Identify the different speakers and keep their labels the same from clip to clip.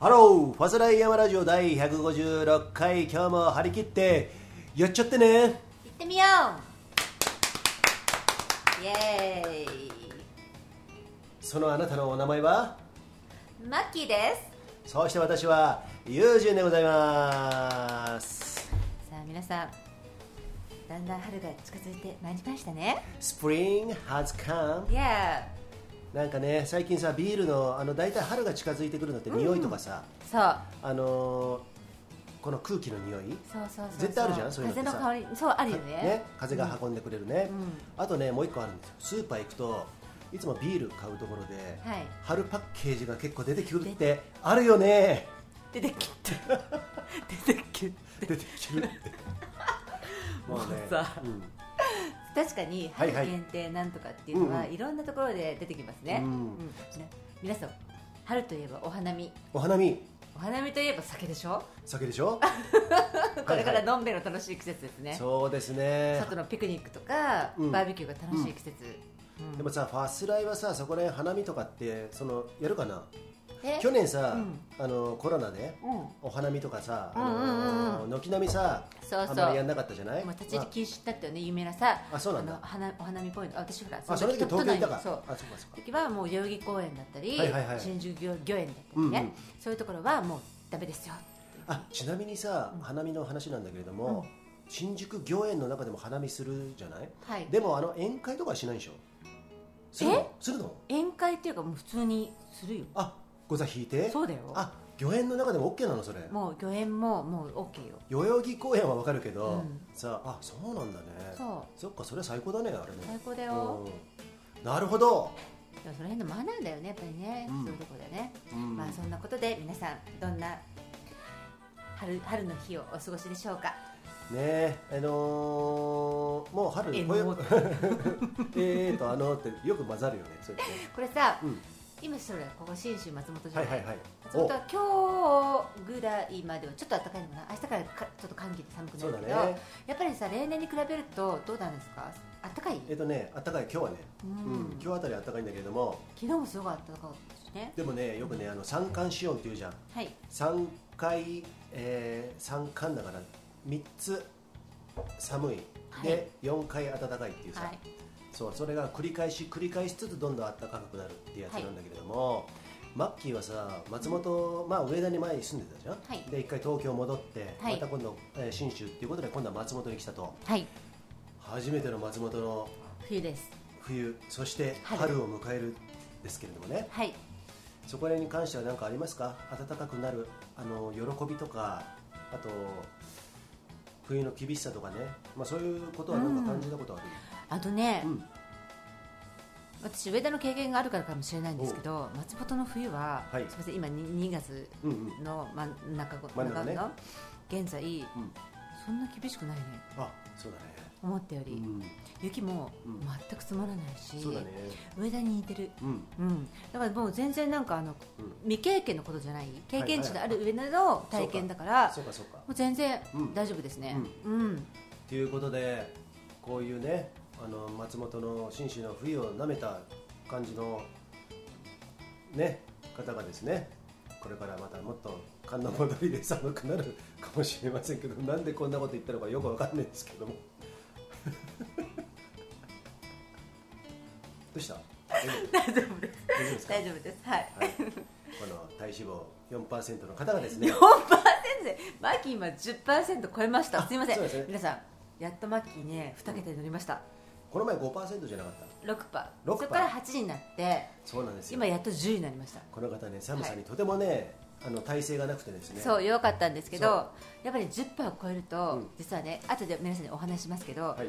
Speaker 1: ハローファスライヤマラジオ第156回今日も張り切ってやっちゃってね
Speaker 2: 行ってみようイエーイ
Speaker 1: そのあなたのお名前は
Speaker 2: マッキーです
Speaker 1: そして私はユージュンでございます
Speaker 2: さあ皆さんだんだん春が近づいてまいりましたね
Speaker 1: Spring has come
Speaker 2: イエーイ
Speaker 1: なんかね最近さビールのあの大体春が近づいてくるのって匂いとかさ、
Speaker 2: そう
Speaker 1: あのーこの空気の匂い
Speaker 2: そうそうそう
Speaker 1: 絶対あるじゃんそういうの
Speaker 2: 風
Speaker 1: って
Speaker 2: の
Speaker 1: さ
Speaker 2: 香りそうあるよね
Speaker 1: ね、風が運んでくれるね、
Speaker 2: うんうん
Speaker 1: あとねもう一個あるんですよスーパー行くといつもビール買うところで、
Speaker 2: はい
Speaker 1: 春パッケージが結構出てくるってあるよね
Speaker 2: 出てきて出てきて
Speaker 1: 出てくるって
Speaker 2: もう
Speaker 1: ね
Speaker 2: さ
Speaker 1: うん
Speaker 2: 確かに
Speaker 1: はい
Speaker 2: 春
Speaker 1: はい
Speaker 2: 限定なんとかっていうのは、
Speaker 1: うんう
Speaker 2: いろんなところで出てきますね、
Speaker 1: うん
Speaker 2: な皆さん春といえばお花見
Speaker 1: お花見
Speaker 2: お花見といえば酒でしょ
Speaker 1: 酒でしょ
Speaker 2: これ
Speaker 1: は
Speaker 2: から
Speaker 1: いは
Speaker 2: のんべえの楽しい季節ですね、
Speaker 1: いそうですね
Speaker 2: 外のピクニックとか、
Speaker 1: うん
Speaker 2: バーベキューが楽しい季節、うん
Speaker 1: でもさファスライはさそこら辺花見とかってそのやるかな
Speaker 2: え
Speaker 1: 去年さ、
Speaker 2: うん
Speaker 1: あのコロナで
Speaker 2: うんも
Speaker 1: お花見とかさ、
Speaker 2: うんうんうん
Speaker 1: あの軒並みさ
Speaker 2: そうそう
Speaker 1: あんまりやんなかったじゃないう
Speaker 2: 立ち入り禁止だったよね有名なさ
Speaker 1: あそうなんだ
Speaker 2: の花お花見ポイントあ私ほら
Speaker 1: あその時東京行ったか
Speaker 2: 都内にそう
Speaker 1: あそうかそうか
Speaker 2: 時はもう代々木公園だったり、
Speaker 1: はいはいはい
Speaker 2: 新宿御御苑だったりね、
Speaker 1: うんうん
Speaker 2: そういうところはもうダメですよ
Speaker 1: あちなみにさ、花見の話なんだけれども、新宿御苑の中でも花見するじゃない
Speaker 2: はい
Speaker 1: でもあの宴会とかはしないでしょするのするの
Speaker 2: 宴会っていうかもう普通にするよ
Speaker 1: あご座引いて
Speaker 2: そうだよ
Speaker 1: あ御苑の中でも OK なのそれ
Speaker 2: もう御苑ももう OK よ
Speaker 1: 代々木公園はわかるけど、
Speaker 2: うん
Speaker 1: さあそうなんだね
Speaker 2: そう
Speaker 1: そっかそれ最高だねあれね
Speaker 2: 最高だよ
Speaker 1: うんなるほど、
Speaker 2: でもその辺のマナーだよねやっぱりね、
Speaker 1: うん
Speaker 2: そういうところでね、
Speaker 1: うん
Speaker 2: まあそんなことで皆さんどんな春春の日をお過ごしでしょうか
Speaker 1: ねえあのーもう春
Speaker 2: え
Speaker 1: こういう
Speaker 2: もう
Speaker 1: えーとあのーってよく混ざるよねそうやってね
Speaker 2: これさ、
Speaker 1: うん
Speaker 2: 今それここ信州松本じゃ
Speaker 1: は
Speaker 2: ないい、
Speaker 1: はいはい
Speaker 2: 松本は今日ぐらいまではちょっと暖かいのかな明日からかちょっと寒気で寒くな
Speaker 1: そう
Speaker 2: る
Speaker 1: だ
Speaker 2: けど、
Speaker 1: ね
Speaker 2: やっぱりさ例年に比べるとどうなんですか暖かい、
Speaker 1: えっとねあったかい今日はね、
Speaker 2: うん
Speaker 1: うん、今日あたりあったかいんだけれども
Speaker 2: 昨日もすごい暖かかったしね
Speaker 1: でもねよくねあの三寒四温っていうじゃん
Speaker 2: はい
Speaker 1: 三回、えー、三寒だから三つ寒い
Speaker 2: は
Speaker 1: で
Speaker 2: い
Speaker 1: 四、回暖かいっていうさ、
Speaker 2: はい
Speaker 1: そうそれが繰り返し繰り返しつつどんどん暖かくなるっていうやつなんだけれども、マッキーはさ松本、まあ、上田に前に住んでたじゃん、
Speaker 2: はい
Speaker 1: で一回東京戻って、
Speaker 2: はい
Speaker 1: また今度えー信州っていうことで今度は松本に来たと
Speaker 2: はい
Speaker 1: 初めての松本の
Speaker 2: 冬です
Speaker 1: 冬そして
Speaker 2: はい
Speaker 1: 春を迎えるですけれどもね、
Speaker 2: はい
Speaker 1: そこら辺に関しては何かありますか暖かくなるあの喜びとかあと冬の厳しさとかね、まあ、そういうことは何か感じたことある、
Speaker 2: あとね、
Speaker 1: うん
Speaker 2: 私上田の経験があるからかもしれないんですけど松本の冬は、
Speaker 1: はい
Speaker 2: すみません今に2月
Speaker 1: うんうん
Speaker 2: の真ん中ご
Speaker 1: 真ん中ね
Speaker 2: 中の現在、
Speaker 1: ん
Speaker 2: そんな厳しくないね
Speaker 1: あそうだね
Speaker 2: 思ったより、
Speaker 1: う
Speaker 2: 雪も
Speaker 1: うん
Speaker 2: 全く積もらないし、
Speaker 1: んそうだね
Speaker 2: 上田に似てる、
Speaker 1: うん
Speaker 2: うん、だからもう全然なんかあの
Speaker 1: うん
Speaker 2: 未経験のことじゃない経験値のある上田の体験だから、
Speaker 1: そうかそうか
Speaker 2: もう全然
Speaker 1: うん
Speaker 2: 大丈夫ですね、うん
Speaker 1: ということでこういうねあの松本の信州の冬をなめた感じのね方がですねこれからまたもっと寒の戻りで寒くなるかもしれませんけどなんでこんなこと言ったのかよくわかんないんですけども どうした大丈夫
Speaker 2: 大丈夫です
Speaker 1: 大丈夫ですか
Speaker 2: 大丈夫ですはい
Speaker 1: はい、この体脂肪4%の方が ですね
Speaker 2: 4%でマッキー今10%超えましたすいません、
Speaker 1: そうですね
Speaker 2: 皆さんやっとマッキーね2桁に乗りました、
Speaker 1: この前5%じゃなかった
Speaker 2: 6%,
Speaker 1: 6%
Speaker 2: そこから8になって
Speaker 1: そうなんですよ
Speaker 2: 今やっと10になりました、
Speaker 1: この方ね寒さにとてもね、あの体勢がなくてですね
Speaker 2: そう弱かったんですけど
Speaker 1: そう
Speaker 2: やっぱり10%を超えると、
Speaker 1: うん
Speaker 2: 実はね後で皆さんにお話しますけど、
Speaker 1: はい、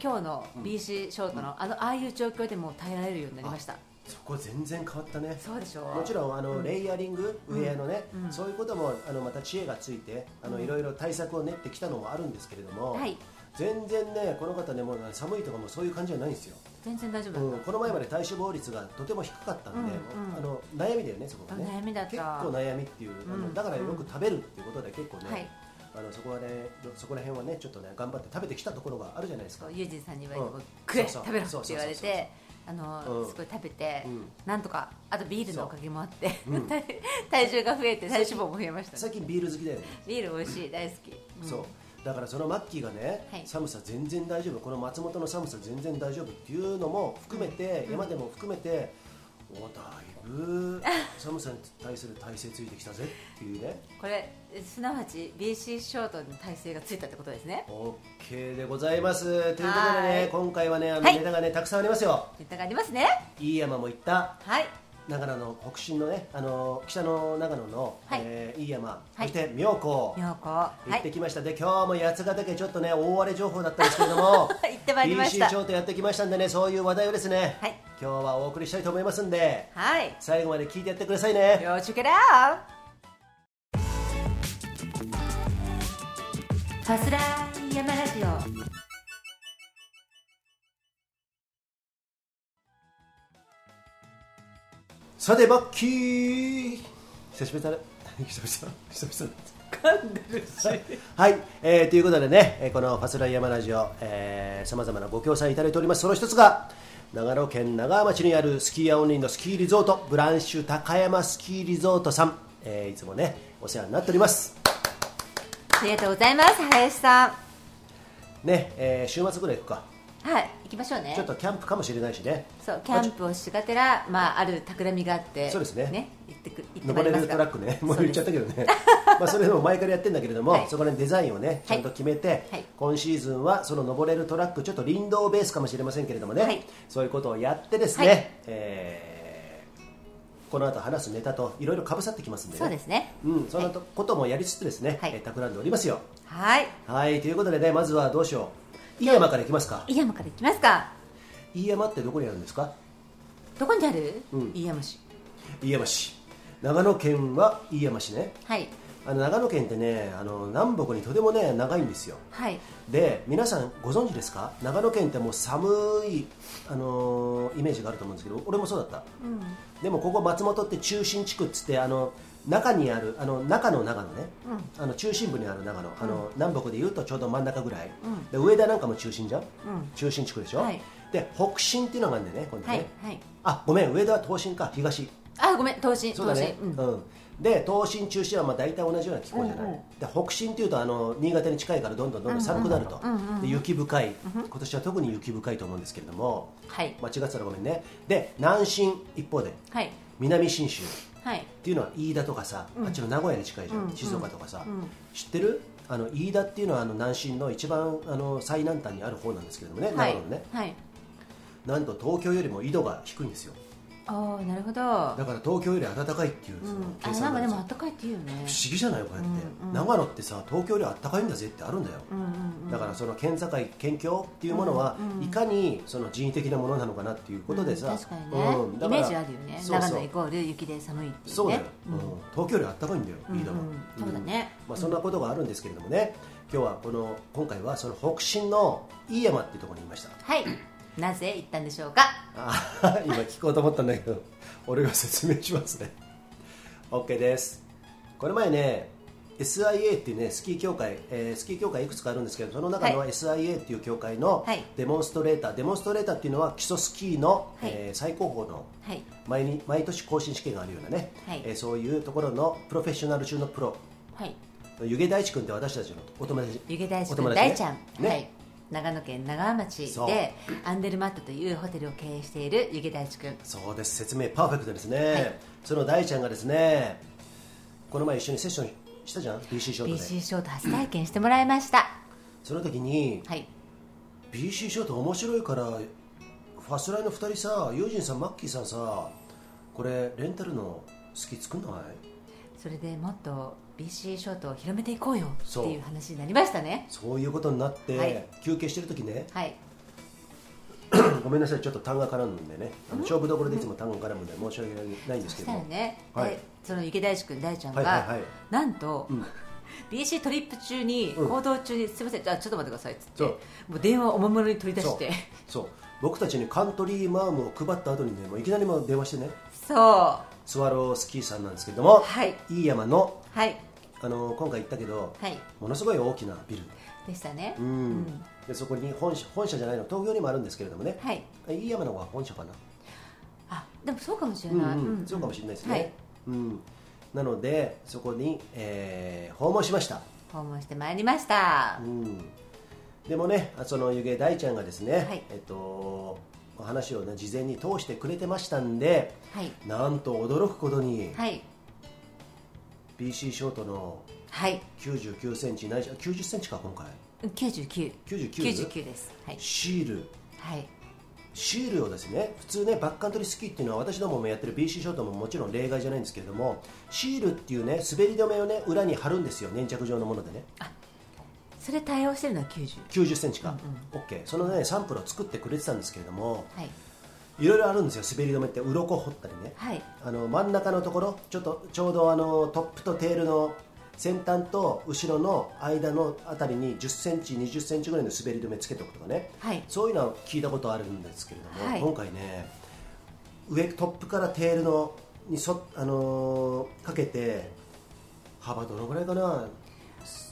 Speaker 2: 今日の
Speaker 1: ん
Speaker 2: BC ショートの、あのああいう状況でも耐えられるようになりました
Speaker 1: そこ全然変わったね
Speaker 2: そうでしょ
Speaker 1: もちろんあの、レイヤリングウェアのね、
Speaker 2: うん
Speaker 1: そういうこともあのまた知恵がついてあの、いろいろ対策を練ってきたのもあるんですけれども、
Speaker 2: はい
Speaker 1: 全然ねこの方ねもうね寒いとかもうそういう感じじゃないんですよ、
Speaker 2: 全然大丈夫だっ
Speaker 1: う
Speaker 2: た、
Speaker 1: ん、この前まで体脂肪率がとても低かったんで、
Speaker 2: うんうん
Speaker 1: あの悩みだよねそこがね
Speaker 2: 悩みだった
Speaker 1: 結構悩みっていうあの、
Speaker 2: うん
Speaker 1: だからよく食べるっていうことで結構ね、
Speaker 2: はい
Speaker 1: あのそこはねそこら辺はねちょっとね頑張って食べてきたところがあるじゃないですか
Speaker 2: そうユージンさんに言われて、
Speaker 1: うん
Speaker 2: く
Speaker 1: そ
Speaker 2: れ
Speaker 1: うそう
Speaker 2: 食べろって
Speaker 1: そうそう
Speaker 2: 言われ
Speaker 1: そうそう
Speaker 2: てあの、
Speaker 1: うん
Speaker 2: すごい食べて、
Speaker 1: うん
Speaker 2: なんとかあとビールのおかげもあって、
Speaker 1: そううん
Speaker 2: 体体重が増えて体脂肪も増えました、
Speaker 1: 最
Speaker 2: ね、
Speaker 1: 近ビール好きだよね、
Speaker 2: ビール美味しい大好き、うん
Speaker 1: そうだからそのマッキーがね、
Speaker 2: はい
Speaker 1: 寒さ全然大丈夫この松本の寒さ全然大丈夫っていうのも含めて、
Speaker 2: うん
Speaker 1: 山でも含めておだい ぶ寒さに対する体制ついてきたぜっていうね
Speaker 2: これすなわち BC ショートの体勢がついたってことですね
Speaker 1: OK でございますということで
Speaker 2: は
Speaker 1: ね
Speaker 2: い
Speaker 1: 今回はねあの
Speaker 2: はい
Speaker 1: ネタがねたくさんありますよ
Speaker 2: ネタがありますね
Speaker 1: いい山も行った
Speaker 2: はい
Speaker 1: 長野の北進のねあの北の長野の、
Speaker 2: はい
Speaker 1: えーいい山そ
Speaker 2: はい
Speaker 1: して妙高
Speaker 2: 妙高は
Speaker 1: 行って
Speaker 2: い
Speaker 1: きましたで、今日も八ヶ岳ちょっとね大荒れ情報だったんですけれども
Speaker 2: 行ってまいりました
Speaker 1: BC 京都やってきましたんでねそういう話題をですね、
Speaker 2: はい
Speaker 1: 今日はお送りしたいと思いますんで
Speaker 2: はい
Speaker 1: 最後まで聞いてやってくださいね
Speaker 2: Yo, check it out! ファスラー山ラジオ
Speaker 1: さてバッキー久しぶりだね 久々久々だ
Speaker 2: 噛んでるし
Speaker 1: はい、えーということでね、えーこのファスライヤマラジオ、さまざまなご協賛いただいております、その一つが、長野県長浜町にあるスキーアオンリーのスキーリゾート、ブランシュ高山スキーリゾートさん、えーいつもね、お世話になっております。
Speaker 2: ありがとうございます林さん
Speaker 1: ね、えー週末ぐらい行くか、
Speaker 2: はい行きましょうね
Speaker 1: ちょっとキャンプかもしれないしね、
Speaker 2: そうキャンプをしがてら、まあ、ある企みがあって
Speaker 1: そうですね
Speaker 2: 行ってく行ってまい
Speaker 1: 登
Speaker 2: り
Speaker 1: れ
Speaker 2: ます
Speaker 1: る
Speaker 2: か
Speaker 1: トラックね、
Speaker 2: ら
Speaker 1: もう言っちゃったけど ね、まあそれでも前からやってんだけれども、
Speaker 2: はい
Speaker 1: そこら辺デザインをね、ちゃんと決めて、
Speaker 2: はい
Speaker 1: 今シーズンはその登れるトラック、ちょっと林道ベースかもしれませんけれどもね、
Speaker 2: はい
Speaker 1: そういうことをやってですね、
Speaker 2: はい
Speaker 1: えーこの後話すネタといろいろかぶさってきますんでね、
Speaker 2: そうですね
Speaker 1: うん、そんなとこともやりつつですね、
Speaker 2: はい
Speaker 1: えー企んでおりますよ。
Speaker 2: はい
Speaker 1: はいということでね、まずはどうしよう、飯山からいきますか、
Speaker 2: 飯山から行きますか
Speaker 1: 飯山ってどこにあるんですか、
Speaker 2: どこにある、
Speaker 1: うん
Speaker 2: 飯山市
Speaker 1: 飯山市、長野県は飯山市ね。
Speaker 2: はい
Speaker 1: あの長野県ってねあの南北にとてもね長いんですよ
Speaker 2: はい
Speaker 1: で皆さんご存知ですか長野県ってもう寒い、あのーイメージがあると思うんですけど俺もそうだった
Speaker 2: うん
Speaker 1: でもここ松本って中心地区っつってあの中にあるあの中の長野ね、あの中心部にある長野あの、南北でいうとちょうど真ん中ぐらい、で上田なんかも中心じゃん、
Speaker 2: ん
Speaker 1: 中心地区でしょ、
Speaker 2: はい
Speaker 1: で北進っていうのがあるんだよね今度ね、
Speaker 2: はいはい
Speaker 1: あごめん上田は東進か東
Speaker 2: あごめん東進
Speaker 1: そうだ
Speaker 2: 東
Speaker 1: ね
Speaker 2: 進、
Speaker 1: うんで東進中心はまあ大体同じような気候じゃない、
Speaker 2: うんうん
Speaker 1: で北進っていうとあの新潟に近いからどんどんどんどん寒くなると、
Speaker 2: うんうんうんうん
Speaker 1: で雪深い、今年は特に雪深いと思うんですけれども
Speaker 2: はい
Speaker 1: 間違ってたらごめんねで南進一方で
Speaker 2: はい
Speaker 1: 南信州っ
Speaker 2: はい
Speaker 1: ていうのは飯田とかさ、あっちの名古屋に近いじゃん、
Speaker 2: うん
Speaker 1: 静岡とかさ、
Speaker 2: うん
Speaker 1: 知ってるあの飯田っていうのはあの南進の一番あの最南端にある方なんですけれどもね、
Speaker 2: はい
Speaker 1: 長野のね
Speaker 2: はい
Speaker 1: なんと東京よりも緯度が低いんですよ
Speaker 2: ああなるほど
Speaker 1: だから東京より暖かいっていう
Speaker 2: う
Speaker 1: その
Speaker 2: ん、あ
Speaker 1: 計
Speaker 2: な
Speaker 1: 算
Speaker 2: ん
Speaker 1: なん
Speaker 2: かで
Speaker 1: です
Speaker 2: も
Speaker 1: よ
Speaker 2: あったかいっていうね
Speaker 1: 不思議じゃないこうやって、
Speaker 2: うんうん
Speaker 1: 長野ってさ東京よりあったかいんだぜってあるんだよ、
Speaker 2: うんうんうん
Speaker 1: だからその県境県境っていうものは、
Speaker 2: うんうん
Speaker 1: いかにその人為的なものなのかなっていうことでさ、
Speaker 2: うん確かにね、
Speaker 1: うんだ
Speaker 2: イ
Speaker 1: か
Speaker 2: メ
Speaker 1: ら
Speaker 2: ージあるよね
Speaker 1: そう
Speaker 2: 長
Speaker 1: そ
Speaker 2: 野イ
Speaker 1: う
Speaker 2: コール雪で寒いっていうね
Speaker 1: そうだよ、
Speaker 2: う
Speaker 1: うんん東京よりあったかいんだよ飯田は、
Speaker 2: うんうんそうだね
Speaker 1: まあ、そんなことがあるんですけれどもね今日はこの今回はその北進の飯山っていうところにいました
Speaker 2: はいなぜ行ったんでしょうか
Speaker 1: あ今聞こうと思ったんだけど俺が説明しますね OK ですこの前ね SIA っていうねスキー協会、えースキー協会いくつかあるんですけどその中の
Speaker 2: は
Speaker 1: SIA っていう協会の
Speaker 2: はい
Speaker 1: デモンストレーター、デモンストレーターっていうのは基礎スキーの、
Speaker 2: はい
Speaker 1: えー最高峰の
Speaker 2: はい
Speaker 1: 毎に毎年更新試験があるようなね、
Speaker 2: はい
Speaker 1: えーそういうところのプロフェッショナル中のプロ
Speaker 2: はい
Speaker 1: 湯気大地君って私たちのお友達
Speaker 2: 湯気大
Speaker 1: お
Speaker 2: 師
Speaker 1: 友
Speaker 2: 君
Speaker 1: 達ね
Speaker 2: 大ちゃん、
Speaker 1: ね
Speaker 2: はい長野県長浜町
Speaker 1: そう
Speaker 2: でアンデルマットというホテルを経営している湯気大師君
Speaker 1: そうです説明パーフェクトですね、
Speaker 2: い
Speaker 1: その大ちゃんがですねこの前一緒にセッションしたじゃん BC ショートで
Speaker 2: BC ショート初体験してもらいました
Speaker 1: その時に
Speaker 2: はい
Speaker 1: BC ショート面白いからファスライの2人さユージンさんマッキーさんさこれレンタルの好き作んない
Speaker 2: それでもっと BC ショートを広めていこうよって
Speaker 1: そう
Speaker 2: いう話になりましたね
Speaker 1: そういうことになって、
Speaker 2: はい
Speaker 1: 休憩してる時ね
Speaker 2: はい
Speaker 1: ごめんなさいちょっと単が絡むんでねあの勝負どころでいつも単が絡むんで申し訳ないんです
Speaker 2: そ
Speaker 1: けど
Speaker 2: したら
Speaker 1: も
Speaker 2: ね、
Speaker 1: はい
Speaker 2: でその池大志君大ちゃんが、
Speaker 1: はいはいはい
Speaker 2: なんと、
Speaker 1: うん
Speaker 2: BC トリップ中に、
Speaker 1: うん
Speaker 2: 行動中にすみませんじゃあちょっと待ってくださいっつって
Speaker 1: そう
Speaker 2: もう電話をおもむろに取り出して
Speaker 1: そう僕たちにカントリーマームを配った後にねもういきなりもう電話してね
Speaker 2: そうは
Speaker 1: スワロースキーさんなんですけれども、
Speaker 2: はい
Speaker 1: 飯山の、
Speaker 2: い
Speaker 1: あの今回行ったけど、
Speaker 2: はい
Speaker 1: ものすごい大きなビル、
Speaker 2: でしたね、
Speaker 1: うん
Speaker 2: うん
Speaker 1: でそこに本社本社じゃないの東京にもあるんですけれどもね、
Speaker 2: はい
Speaker 1: い、い山の方が本社かな
Speaker 2: あでもそうかもしれ
Speaker 1: うん
Speaker 2: ない、
Speaker 1: うん
Speaker 2: うん
Speaker 1: そうかもしれないですね、
Speaker 2: はい
Speaker 1: うん、なのでそこに、えー訪問しました、
Speaker 2: 訪問してまいりました
Speaker 1: う、ん、でもねあその湯気大ちゃんがですね、
Speaker 2: はい
Speaker 1: えっとお話をね事前に通してくれてましたんで
Speaker 2: はい
Speaker 1: なんと驚くことに、
Speaker 2: はい
Speaker 1: BC ショートの
Speaker 2: はい
Speaker 1: 9 9センチないし9 0センチか今回
Speaker 2: 99
Speaker 1: 99,
Speaker 2: 99ですはい
Speaker 1: シール
Speaker 2: はい
Speaker 1: シールをですね普通ねバックカントリースキーっていうのは私どももやってる BC ショートももちろん例外じゃないんですけれどもシールっていうね滑り止めをね裏に貼るんですよ粘着状のものでね
Speaker 2: それ対応してるのは90
Speaker 1: 9 0センチか、OK そのねサンプルを作ってくれてたんですけれども
Speaker 2: はい
Speaker 1: いろいろあるんですよ滑り止めって鱗掘ったりね
Speaker 2: はい
Speaker 1: あの真ん中のところちょっとちょうどあのトップとテールの先端と後ろの間のあたりに1 0センチ2 0センチぐらいの滑り止めつけておくとかね
Speaker 2: はい
Speaker 1: そういうのは聞いたことあるんですけれども、
Speaker 2: はい
Speaker 1: 今回ね上トップからテールのにそ、あのーかけて幅どのぐらいかな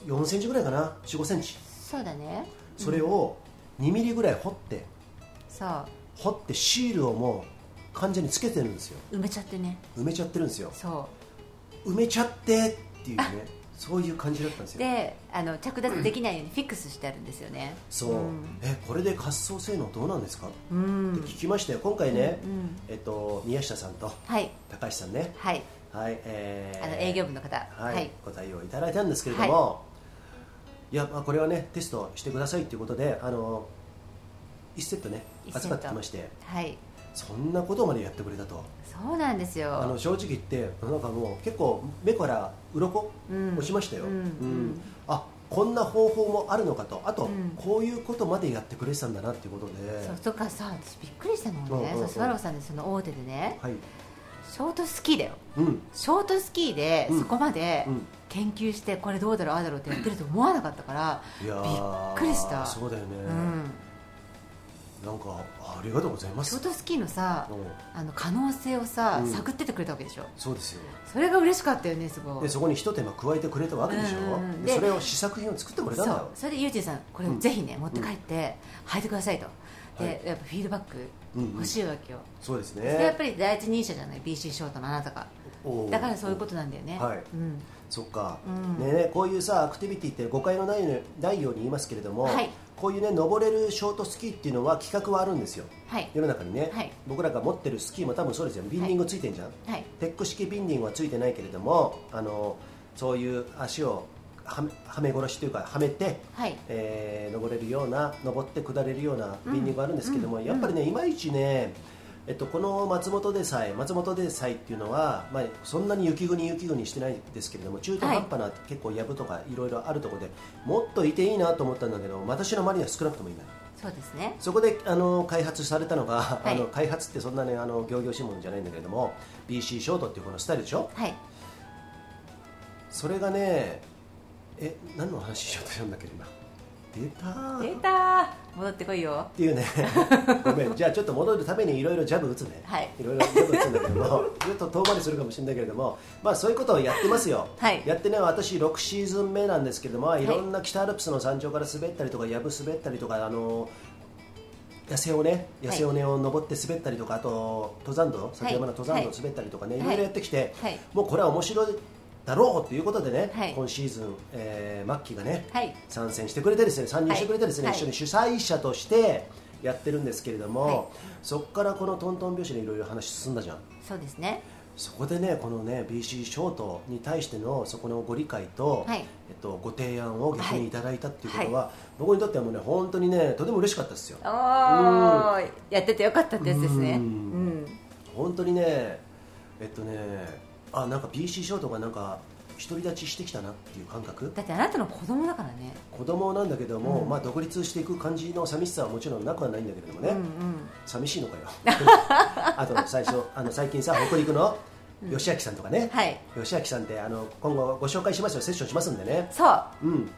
Speaker 1: 4センチぐらいかな4 5センチ
Speaker 2: そうだね
Speaker 1: それを2ミリぐらい掘って
Speaker 2: そう
Speaker 1: 掘ってシールをもう完全につけてるんですよ
Speaker 2: 埋めちゃってね
Speaker 1: 埋めちゃってるんですよ
Speaker 2: そ
Speaker 1: 埋めちゃってっていうねそういう感じだったんです
Speaker 2: う
Speaker 1: よ
Speaker 2: であの着脱できないようにフィックスしてあるんですよね
Speaker 1: そう、
Speaker 2: うん
Speaker 1: えこれで滑走性能どうなんですか、
Speaker 2: う
Speaker 1: っ
Speaker 2: ん
Speaker 1: て聞きましたよ今回ね、
Speaker 2: うん
Speaker 1: えっと、宮下さんと
Speaker 2: はい
Speaker 1: 高橋さんね
Speaker 2: はい
Speaker 1: はい、えー
Speaker 2: あの営業部の方
Speaker 1: はい、
Speaker 2: はい
Speaker 1: ご対応いただいたんですけれども、い、や、まあ、これはねテストしてくださいということであの1セットね
Speaker 2: 一セッ
Speaker 1: 扱
Speaker 2: ト
Speaker 1: ってきまして
Speaker 2: はい
Speaker 1: そんなことまでやってくれたと
Speaker 2: そうなんです
Speaker 1: あ
Speaker 2: よ
Speaker 1: の正直言ってなんかもう結構目から鱗
Speaker 2: うん
Speaker 1: 落ちましたよ、
Speaker 2: うんうん
Speaker 1: あこんな方法もあるのかとあと、
Speaker 2: うん
Speaker 1: こういうことまでやってくれてたんだなっていうことで
Speaker 2: そうとかさ私びっくりしたのはね
Speaker 1: うんうんうん
Speaker 2: そうスワローさんでその大手でね
Speaker 1: はい
Speaker 2: ショートスキーだよ
Speaker 1: うん
Speaker 2: ショートスキーで
Speaker 1: うん
Speaker 2: そこまで
Speaker 1: うん
Speaker 2: 研究してこれどうだろうああだろうってやってると思わなかったから
Speaker 1: いやー
Speaker 2: びっくりした
Speaker 1: そうだよね、
Speaker 2: うん
Speaker 1: なんかありがとうございま
Speaker 2: ショ
Speaker 1: す
Speaker 2: ートスキーのさ
Speaker 1: うん
Speaker 2: あの可能性をさ
Speaker 1: うん
Speaker 2: 探っててくれたわけでしょ
Speaker 1: そうですよ
Speaker 2: それが嬉しかったよねすご
Speaker 1: で
Speaker 2: い
Speaker 1: そこにひと手間加えてくれたわけでしょ、
Speaker 2: うんうんうん
Speaker 1: で
Speaker 2: で
Speaker 1: それを試作品を作ってくれたんだ
Speaker 2: そ
Speaker 1: よ
Speaker 2: うそれでユージンさんこれをぜひね、持って帰って履いてくださいとで、
Speaker 1: はい
Speaker 2: やっぱフィードバック
Speaker 1: うんうん
Speaker 2: 欲しいわけよ、
Speaker 1: そうです
Speaker 2: それやっ
Speaker 1: ね
Speaker 2: ぱり第一人者じゃない BC ショートのあなたが
Speaker 1: おー
Speaker 2: だからそういうことなんだよね、
Speaker 1: はい
Speaker 2: うん、
Speaker 1: そっか、
Speaker 2: うん
Speaker 1: ねねこういうさアクティビティって誤解のないようにないように言いますけれども、
Speaker 2: はい
Speaker 1: こういうね登れるショートスキーっていうのは企画はあるんですよ
Speaker 2: はい
Speaker 1: 世の中にね、
Speaker 2: はい
Speaker 1: 僕らが持ってるスキーも多分そうですよビンディングついてんじゃん、
Speaker 2: はい
Speaker 1: テック式ビンディングはついてないけれどもあのそういう足をはめはめ殺しというかはめて
Speaker 2: はい
Speaker 1: えー登れるような登って下れるような
Speaker 2: うん
Speaker 1: ビンディングがあるんですけども、
Speaker 2: うん
Speaker 1: やっぱりねいまいちね、えっと、この松本でさえ松本でさえっていうのは、まあ、そんなに雪国雪国してないですけれども中途半端な、結構やぶとかいろいろあるところでもっといていいなと思ったんだけど私の周りには少なくともいない
Speaker 2: そうですね
Speaker 1: そこであの開発されたのが、
Speaker 2: い
Speaker 1: あの開発ってそんなねあの行々しいもんじゃないんだけれども BC ショートっていうこのスタイルでしょ
Speaker 2: はい
Speaker 1: それがねえ何の話しようとしたんだっけ今出たー
Speaker 2: 出た戻ってこいよ
Speaker 1: っていうね ごめんじゃあちょっと戻るためにいろいろジャブ打つね、
Speaker 2: はい
Speaker 1: いろいろジャブ打つんだけど もちょっと遠回りするかもしれないけれどもまあそういうことをやってますよ、
Speaker 2: はい
Speaker 1: やってね私6シーズン目なんですけども
Speaker 2: い
Speaker 1: いろんな北アルプスの山頂から滑ったりとかやぶ滑ったりとかあの野生をね
Speaker 2: はい
Speaker 1: 野生をねを登って滑ったりとかあと登山道里山の登山道
Speaker 2: はい
Speaker 1: 滑ったりとかね、
Speaker 2: は
Speaker 1: い、
Speaker 2: い
Speaker 1: ろいろやってきて、
Speaker 2: はい
Speaker 1: もうこれは面白いだろうということでね、
Speaker 2: はい
Speaker 1: 今シーズン、えー、末期がね、
Speaker 2: はい
Speaker 1: 参戦してくれてですね参入してくれてですね、
Speaker 2: はい
Speaker 1: 一緒に主催者としてやってるんですけれども、
Speaker 2: はい
Speaker 1: そこからこのトントン拍子でいろいろ話進んだじゃん
Speaker 2: そうですね
Speaker 1: そこでねこのね BC ショートに対してのそこのご理解と、
Speaker 2: はい
Speaker 1: えっと、ご提案を逆にいただいたっていうことは、僕にとってはもうね本当にねとても嬉しかったですよ
Speaker 2: おーやっててよかったってやつですね
Speaker 1: う
Speaker 2: うんん、
Speaker 1: 本当にねえっとねあなんか BC ショートがなんか独り立ちしてきたなっていう感覚
Speaker 2: だってあなたの子供だからね
Speaker 1: 子供なんだけども、
Speaker 2: うん
Speaker 1: まあ、独立していく感じの寂しさはもちろんなくはないんだけれどもね、
Speaker 2: うんうん
Speaker 1: 寂しいのかよ あと最初あの最近さ北陸の吉明さんとかね、
Speaker 2: はい
Speaker 1: 吉明さんってあの今後ご紹介しますよセッションしますんでね
Speaker 2: そう
Speaker 1: うん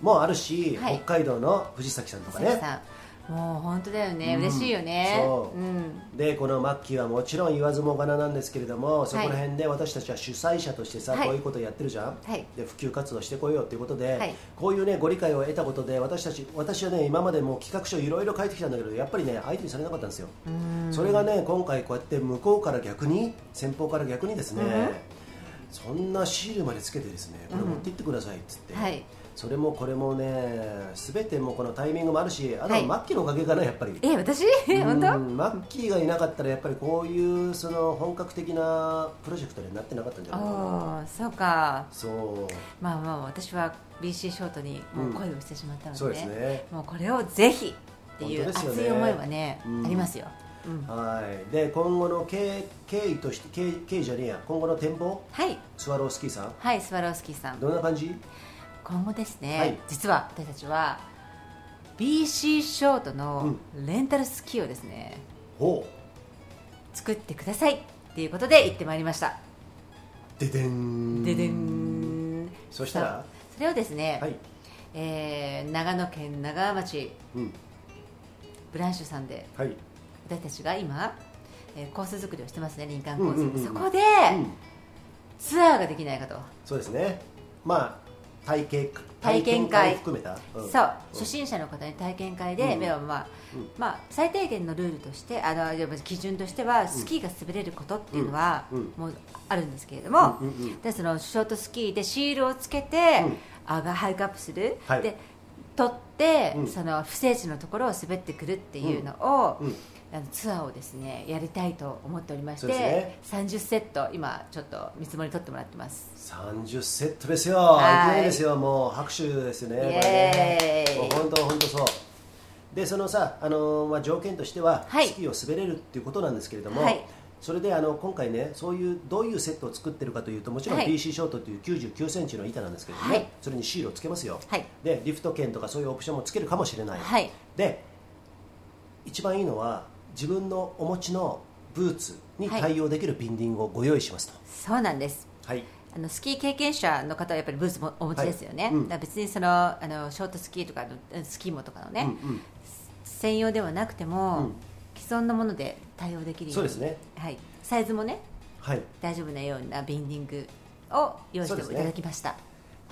Speaker 1: もうあるし、
Speaker 2: はい
Speaker 1: 北海道の藤崎さんとか
Speaker 2: 佐々木
Speaker 1: ね
Speaker 2: さんもう本当だよね、
Speaker 1: うん
Speaker 2: 嬉しいよね
Speaker 1: そうんでこのマッキーはもちろん言わずもがななんですけれどもそこら辺で私たちは主催者としてさ、
Speaker 2: はい
Speaker 1: こういうことやってるじゃん、
Speaker 2: はい
Speaker 1: で普及活動してこようということで、
Speaker 2: はい
Speaker 1: こういうねご理解を得たことで私たち私はね今までもう企画書いろいろ書いてきたんだけどやっぱりね相手にされなかったんですよ、それがね今回こうやって向こうから逆に先方から逆にですね、そんなシールまでつけてですねこれ持って行ってくださいっつって、
Speaker 2: はい
Speaker 1: それもこれもね全てもうこのタイミングもあるしあとは
Speaker 2: はい
Speaker 1: マッキーのおかげかなやっぱり
Speaker 2: え私本当
Speaker 1: うんマッキーがいなかったらやっぱりこういうその本格的なプロジェクトにはなってなかったんじゃないかな
Speaker 2: ああそうか
Speaker 1: そう
Speaker 2: まあまあ私は BC ショートにもう恋をしてしまったので,、
Speaker 1: そうですね
Speaker 2: もうこれをぜひっていう
Speaker 1: 本当ですよ
Speaker 2: 熱
Speaker 1: ね
Speaker 2: い思いはね
Speaker 1: うん
Speaker 2: ありますよ、うん
Speaker 1: はいで今後の経経緯として経経緯じゃねえや今後の展望
Speaker 2: はい
Speaker 1: スワロースキーさん
Speaker 2: はいスワロースキーさん
Speaker 1: どんな感じ
Speaker 2: 今後ですね、
Speaker 1: はい
Speaker 2: 実は私たちは BC ショートのレンタルスキーをですね、
Speaker 1: ほ
Speaker 2: 作ってくださいっていうことで行ってまいりました
Speaker 1: うででん
Speaker 2: ででん
Speaker 1: そしたら
Speaker 2: それをですね、
Speaker 1: はい、
Speaker 2: えー長野県長浜町
Speaker 1: うん、
Speaker 2: ブランシュさんで
Speaker 1: はい
Speaker 2: 私たちが今、えーコース作りをしてますね林間コース、
Speaker 1: うんうんうん
Speaker 2: そこで、
Speaker 1: うん
Speaker 2: ツアーができないかと、
Speaker 1: そうですねまあ体験
Speaker 2: 体験会
Speaker 1: 体験含めた、ん
Speaker 2: そう初心者の方に体験会で、
Speaker 1: うん
Speaker 2: 要はまあ、
Speaker 1: うん
Speaker 2: まあ、最低限のルールとしてあの要は基準としてはスキーが滑れることっていうのは、
Speaker 1: うん
Speaker 2: もうあるんですけれども、
Speaker 1: うんうんうん
Speaker 2: でそのショートスキーでシールをつけて、
Speaker 1: うん
Speaker 2: あがハイクアップする、
Speaker 1: はい
Speaker 2: で取って、
Speaker 1: うん
Speaker 2: その不整地のところを滑ってくるっていうのを、
Speaker 1: うんうん
Speaker 2: あのツアーをですねやりたいと思っておりまし
Speaker 1: そ
Speaker 2: て、
Speaker 1: うですね
Speaker 2: 30セット今ちょっと見積もり取ってもらってます
Speaker 1: 30セットですよ、
Speaker 2: はい
Speaker 1: いきなりですよ、もう拍手ですね、これ
Speaker 2: イエーイ
Speaker 1: ねもう本当、本当そう。で、そのさ、あのーまあ、条件としては、
Speaker 2: はい
Speaker 1: スキーを滑れるっていうことなんですけれども、
Speaker 2: はい
Speaker 1: それであの今回ね、そういうどういうセットを作ってるかというと、もちろん
Speaker 2: はい
Speaker 1: BC ショートという99センチの板なんですけれども、
Speaker 2: はい
Speaker 1: それにシールをつけますよ、
Speaker 2: はい
Speaker 1: で、リフト券とかそういうオプションもつけるかもしれない、
Speaker 2: はい
Speaker 1: で一番いいのは、自分のお持ちのブーツに対応できるビンディングをご用意しますと。
Speaker 2: そうなんです
Speaker 1: はい
Speaker 2: あのスキー経験者の方はやっぱりブーツもお持ちですよね、
Speaker 1: はいうん
Speaker 2: だから別にそのあのショートスキーとかのスキーモとかのね、
Speaker 1: うんうん
Speaker 2: 専用ではなくて
Speaker 1: う
Speaker 2: も、
Speaker 1: ん
Speaker 2: 既存のもので対応できるように
Speaker 1: そうですね
Speaker 2: はい、サイズもね
Speaker 1: はい、
Speaker 2: 大丈夫なようなビンディングを用意してい
Speaker 1: そうですね
Speaker 2: ただきました、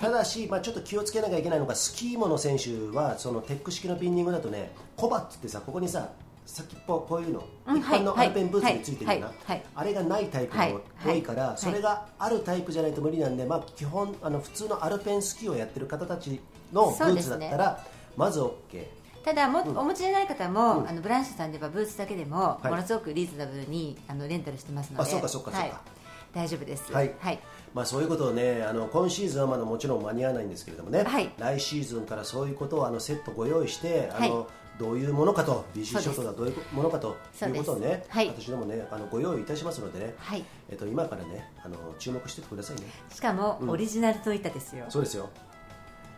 Speaker 1: ただし、まあ、ちょっと気をつけなきゃいけないのがスキーモの選手はそのテック式のビンディングだとねコバっつってさここにさ先っぽこういうの、
Speaker 2: うん
Speaker 1: 一般の
Speaker 2: は
Speaker 1: ア
Speaker 2: い
Speaker 1: ルペンブーツについてるような、
Speaker 2: はいはいはい
Speaker 1: あれがないタイプの多いから、
Speaker 2: はいはい
Speaker 1: それがあるタイプじゃないと無理なんで、まあ、基本あの普通のアルペンスキーをやってる方たちのブ
Speaker 2: そう
Speaker 1: ー
Speaker 2: で
Speaker 1: ツだ
Speaker 2: す
Speaker 1: っ
Speaker 2: ね
Speaker 1: たら、まず OK
Speaker 2: ただも、お持ちじゃない方も、
Speaker 1: うん
Speaker 2: あのブランシュさんではブーツだけでも、
Speaker 1: い
Speaker 2: ものすごくリーズナブルにあのレンタルしてますので
Speaker 1: あそうかそうかそうか
Speaker 2: はい大丈夫ですよ
Speaker 1: はい
Speaker 2: はい
Speaker 1: まあ、そういうことをねあの今シーズンはまだもちろん間に合わないんですけれどもね、
Speaker 2: はい
Speaker 1: 来シーズンからそういうことをあのセットご用意してあの、
Speaker 2: は
Speaker 1: どういうものかと BC
Speaker 2: そう
Speaker 1: ショ
Speaker 2: です
Speaker 1: ットがどういうものかと
Speaker 2: そ
Speaker 1: いうう
Speaker 2: です
Speaker 1: ことをね、
Speaker 2: はい
Speaker 1: 私どもねあのご用意いたしますのでね、
Speaker 2: はい
Speaker 1: えっと、今からねあの注目しててくださいね
Speaker 2: しかも、
Speaker 1: うん
Speaker 2: オリジナルといったですよ
Speaker 1: そうですよ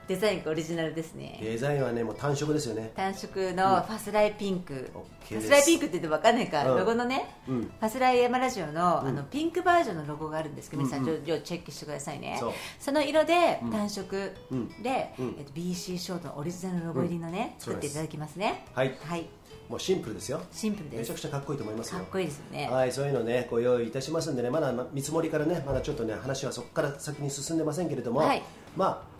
Speaker 2: デザインがオリジナルですね
Speaker 1: デザインはねもう単色ですよね
Speaker 2: 単色のファスライピンク、
Speaker 1: オッケ
Speaker 2: フ
Speaker 1: ー
Speaker 2: ァ
Speaker 1: です
Speaker 2: スライピンクって言っても分かんないから、
Speaker 1: うん
Speaker 2: ロゴのね
Speaker 1: うん
Speaker 2: ファスライ山ラジオの,、
Speaker 1: うん
Speaker 2: あのピンクバージョンのロゴがあるんですけど、皆さ
Speaker 1: うん
Speaker 2: ん
Speaker 1: う
Speaker 2: ちょちょチェックしてくださいね
Speaker 1: そう
Speaker 2: の色で
Speaker 1: ん
Speaker 2: 単色で、
Speaker 1: うんうん
Speaker 2: えっと、BC ショートのオリジナルのロゴ入りのね、
Speaker 1: うん
Speaker 2: 作っていただきますね
Speaker 1: はい
Speaker 2: はい
Speaker 1: もうシンプルですよ
Speaker 2: シンプルで
Speaker 1: めち
Speaker 2: す
Speaker 1: ゃくちゃかっこいいと思います
Speaker 2: か
Speaker 1: よ
Speaker 2: っこいいですよね
Speaker 1: はい、そういうのね、ご用意いたしますんでね、まだま見積もりからね、まだちょっとね、話はそこから先に進んでませんけれども、
Speaker 2: はい
Speaker 1: まあ、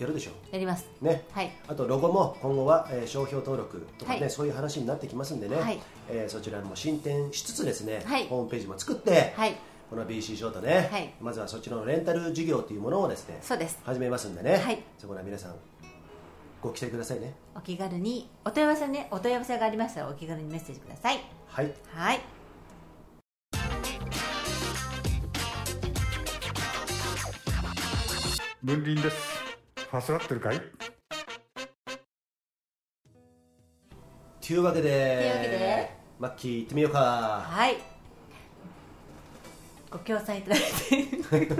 Speaker 1: やるでしょ
Speaker 2: やります
Speaker 1: う。ね。
Speaker 2: はい
Speaker 1: あとロゴも今後は、えー商標登録とかね、
Speaker 2: はい
Speaker 1: そういう話になってきますんでね、
Speaker 2: はい
Speaker 1: えーそちらも進展しつつですね、
Speaker 2: はい
Speaker 1: ホームページも作って、
Speaker 2: はい
Speaker 1: この BC ショートね、
Speaker 2: はい
Speaker 1: まずはそっちのレンタル事業というものをですね
Speaker 2: そうです
Speaker 1: 始めますんでね、
Speaker 2: はい
Speaker 1: そこら皆さんご期待くださいね
Speaker 2: お気軽にお問い合わせねお問い合わせがありましたらお気軽にメッセージください
Speaker 1: はい
Speaker 2: はい
Speaker 3: 分輪ですファスラってるかい
Speaker 1: というわけで
Speaker 2: というわけで
Speaker 1: マッキー行ってみようか
Speaker 2: はいご協賛いただいて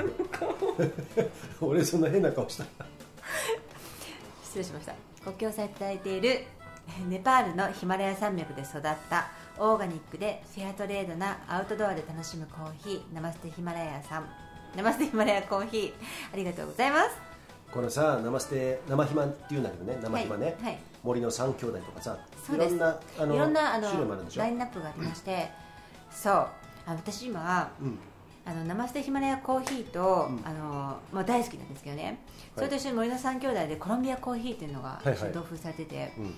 Speaker 1: 俺そんな変な顔した
Speaker 2: 失礼しましたご協賛いただいているネパールのヒマラヤ山脈で育ったオーガニックでフェアトレードなアウトドアで楽しむコーヒーナマステヒマラヤさんナマステヒマラヤコーヒーありがとうございます
Speaker 1: このさ生ステ生ひまって言うんだけどね生ひまね、
Speaker 2: はいはい
Speaker 1: 森の三兄弟とかさ
Speaker 2: そう
Speaker 1: い
Speaker 2: で
Speaker 1: ろ
Speaker 2: す
Speaker 1: んなあの
Speaker 2: いろんなあの
Speaker 1: 種類もあるんでしょ
Speaker 2: ラインナップがありまして、そうあ私今は
Speaker 1: うん
Speaker 2: あの生ステヒマラヤコーヒーと、
Speaker 1: うん
Speaker 2: あのまあ、大好きなんですけどね、そ
Speaker 1: はい
Speaker 2: れと一緒に森の三兄弟でコロンビアコーヒーっていうのが
Speaker 1: いはい
Speaker 2: 一緒に同封されてて、
Speaker 1: うん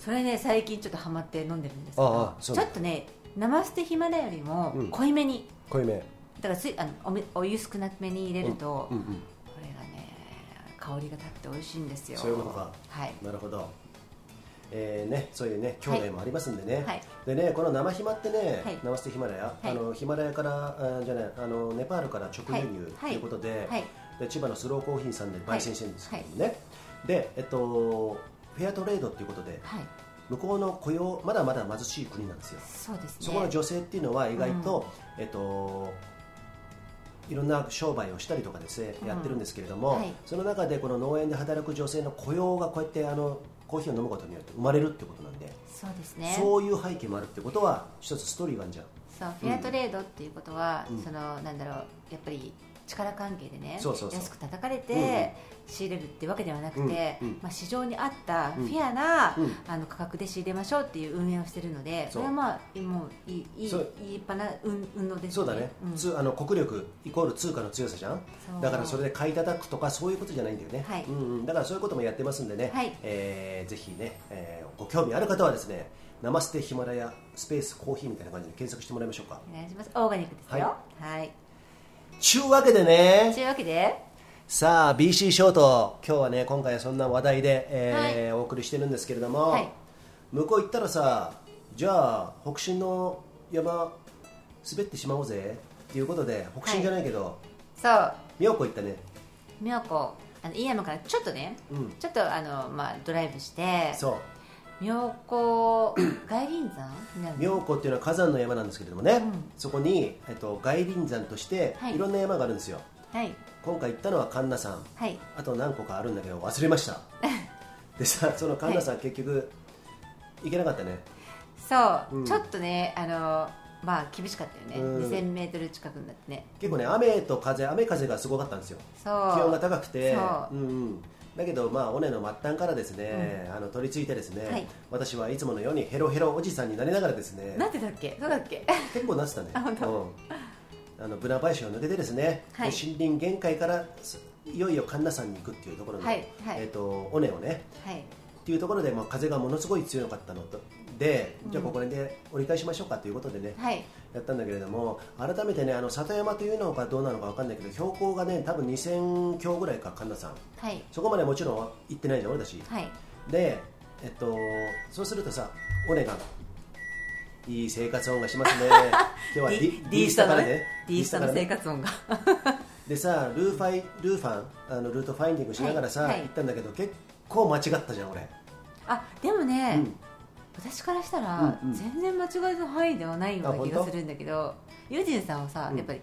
Speaker 2: それね最近ちょっとハマって飲んでるんですけ
Speaker 1: ああ
Speaker 2: ど
Speaker 1: そう
Speaker 2: ちょっとね生ステヒマラヤよりも
Speaker 1: うん
Speaker 2: 濃いめに、
Speaker 1: 濃いめ
Speaker 2: だからすいあのおめお湯少なめに入れると、
Speaker 1: うんう
Speaker 2: こ
Speaker 1: ん
Speaker 2: れがね香りが立って美味しいんですよ
Speaker 1: そういうことか
Speaker 2: はい
Speaker 1: なるほど、えーね、そういうね兄弟もありますんでね、
Speaker 2: はい
Speaker 1: でねこの生ひまってね、
Speaker 2: はい
Speaker 1: 生してヒマラヤ、
Speaker 2: い
Speaker 1: あのヒマラヤからあじゃないあのネパールから直輸入と
Speaker 2: はい
Speaker 1: いうことで,、
Speaker 2: はい
Speaker 1: で千葉のスローコーヒーさんで焙煎してるんですけどもね、でえっとフェアトレードっていうことで
Speaker 2: はい
Speaker 1: 向こうの雇用まだまだ貧しい国なんですよ
Speaker 2: そうですね
Speaker 1: そこの女性っていうのは意外と、えっといろんな商売をしたりとかですね、
Speaker 2: うん
Speaker 1: やってるんですけれども、
Speaker 2: はい
Speaker 1: その中でこの農園で働く女性の雇用がこうやってあのコーヒーを飲むことによって生まれるってことなんで、
Speaker 2: そうですね
Speaker 1: そういう背景もあるってことは一つストーリーがあるじゃん
Speaker 2: そうフェアトレードっていうことは、
Speaker 1: うん
Speaker 2: そのなんだろうやっぱり力関係でね
Speaker 1: そうそうそう
Speaker 2: 安く叩かれて、
Speaker 1: うんうん
Speaker 2: 仕入れるってわけではなくて、
Speaker 1: うんうん
Speaker 2: まあ、市場に合った
Speaker 1: うん
Speaker 2: フェアな、
Speaker 1: うん
Speaker 2: あの価格で仕入れましょうっていう運営をしてるので
Speaker 1: そう
Speaker 2: それはまあいもういいいい
Speaker 1: そう
Speaker 2: いい立派な運運動ですね
Speaker 1: そうだね、
Speaker 2: ん
Speaker 1: つあの国力イコール通貨の強さじゃん
Speaker 2: そう
Speaker 1: だからそれで買い叩くとかそういうことじゃないんだよね、
Speaker 2: はい
Speaker 1: うんうんだからそういうこともやってますんでね、
Speaker 2: はい
Speaker 1: えーぜひね、えーご興味ある方はですね「ナマステヒマラヤスペースコーヒー」みたいな感じで検索してもらいましょうか
Speaker 2: お願いしますオーガニックですよはい、
Speaker 1: ちゅうわけでね
Speaker 2: というわけで
Speaker 1: さあ BC ショート今日はね今回はそんな話題で、えーお送りしてるんですけれども、
Speaker 2: はい
Speaker 1: 向こう行ったらさじゃあ北進の山滑ってしまおうぜっていうことで北進じゃないけど、
Speaker 2: そう
Speaker 1: 妙高行ったね
Speaker 2: 美和子あの飯山からちょっとね、
Speaker 1: うん
Speaker 2: ちょっとあの、まあ、ドライブして
Speaker 1: そう
Speaker 2: 妙高外輪山になるの
Speaker 1: 妙高っていうのは火山の山なんですけれどもね、
Speaker 2: ん
Speaker 1: そこに、えっと、外輪山として
Speaker 2: はい
Speaker 1: いろんな山があるんですよ、
Speaker 2: はい
Speaker 1: 今回行ったのは神田山
Speaker 2: はい
Speaker 1: あと何個かあるんだけど忘れました でさその神田山結局行けなかったね
Speaker 2: そう、
Speaker 1: うん
Speaker 2: ちょっとねあのまあ厳しかったよね、
Speaker 1: うん
Speaker 2: 2000m 近くになってね
Speaker 1: 結構ね雨と風雨風がすごかったんですよ
Speaker 2: そう
Speaker 1: 気温が高くて
Speaker 2: そう
Speaker 1: う、んうん、だけど、まあ、尾根の末端からですね、あの取り付いてですね、
Speaker 2: はい
Speaker 1: 私はいつものようにヘロヘロおじさんになりながらですね
Speaker 2: なんてだっけそうだっけ
Speaker 1: 結構なってたね
Speaker 2: あ本当
Speaker 1: うん、あのブナ林を抜けてですね、
Speaker 2: はい
Speaker 1: で森林限界からすいよいよ神田山に行くっていうところの、
Speaker 2: はいはい
Speaker 1: えー、と尾根をね
Speaker 2: はい
Speaker 1: っていうところで、まあ、風がものすごい強かったのとでじゃあここで折り返しましょうかということでね、
Speaker 2: はい
Speaker 1: やったんだけれども改めてねあの里山というのかどうなのかわかんないけど標高がね多分2000キロぐらいか神田さん
Speaker 2: はい
Speaker 1: そこまでもちろん行ってないじゃん俺たち
Speaker 2: はい
Speaker 1: でえっとそうするとさオレガンいい生活音がします ね今日は D,
Speaker 2: D
Speaker 1: ス
Speaker 2: ス
Speaker 1: タ
Speaker 2: タ
Speaker 1: か
Speaker 2: の
Speaker 1: ら
Speaker 2: ね
Speaker 1: ね
Speaker 2: D スタの
Speaker 1: ね
Speaker 2: 生活音が
Speaker 1: でさルーファイルーファンあのルートファインディングしながらさ、
Speaker 2: はいはい
Speaker 1: 行ったんだけど結構間違ったじゃん俺、
Speaker 2: あでもね、
Speaker 1: うん
Speaker 2: 私からしたら、
Speaker 1: うんうん
Speaker 2: 全然間違えた範囲ではないよう
Speaker 1: あ
Speaker 2: な
Speaker 1: 本
Speaker 2: 気
Speaker 1: 当
Speaker 2: がするんだけどユージンさんはさ、
Speaker 1: うん
Speaker 2: やっぱり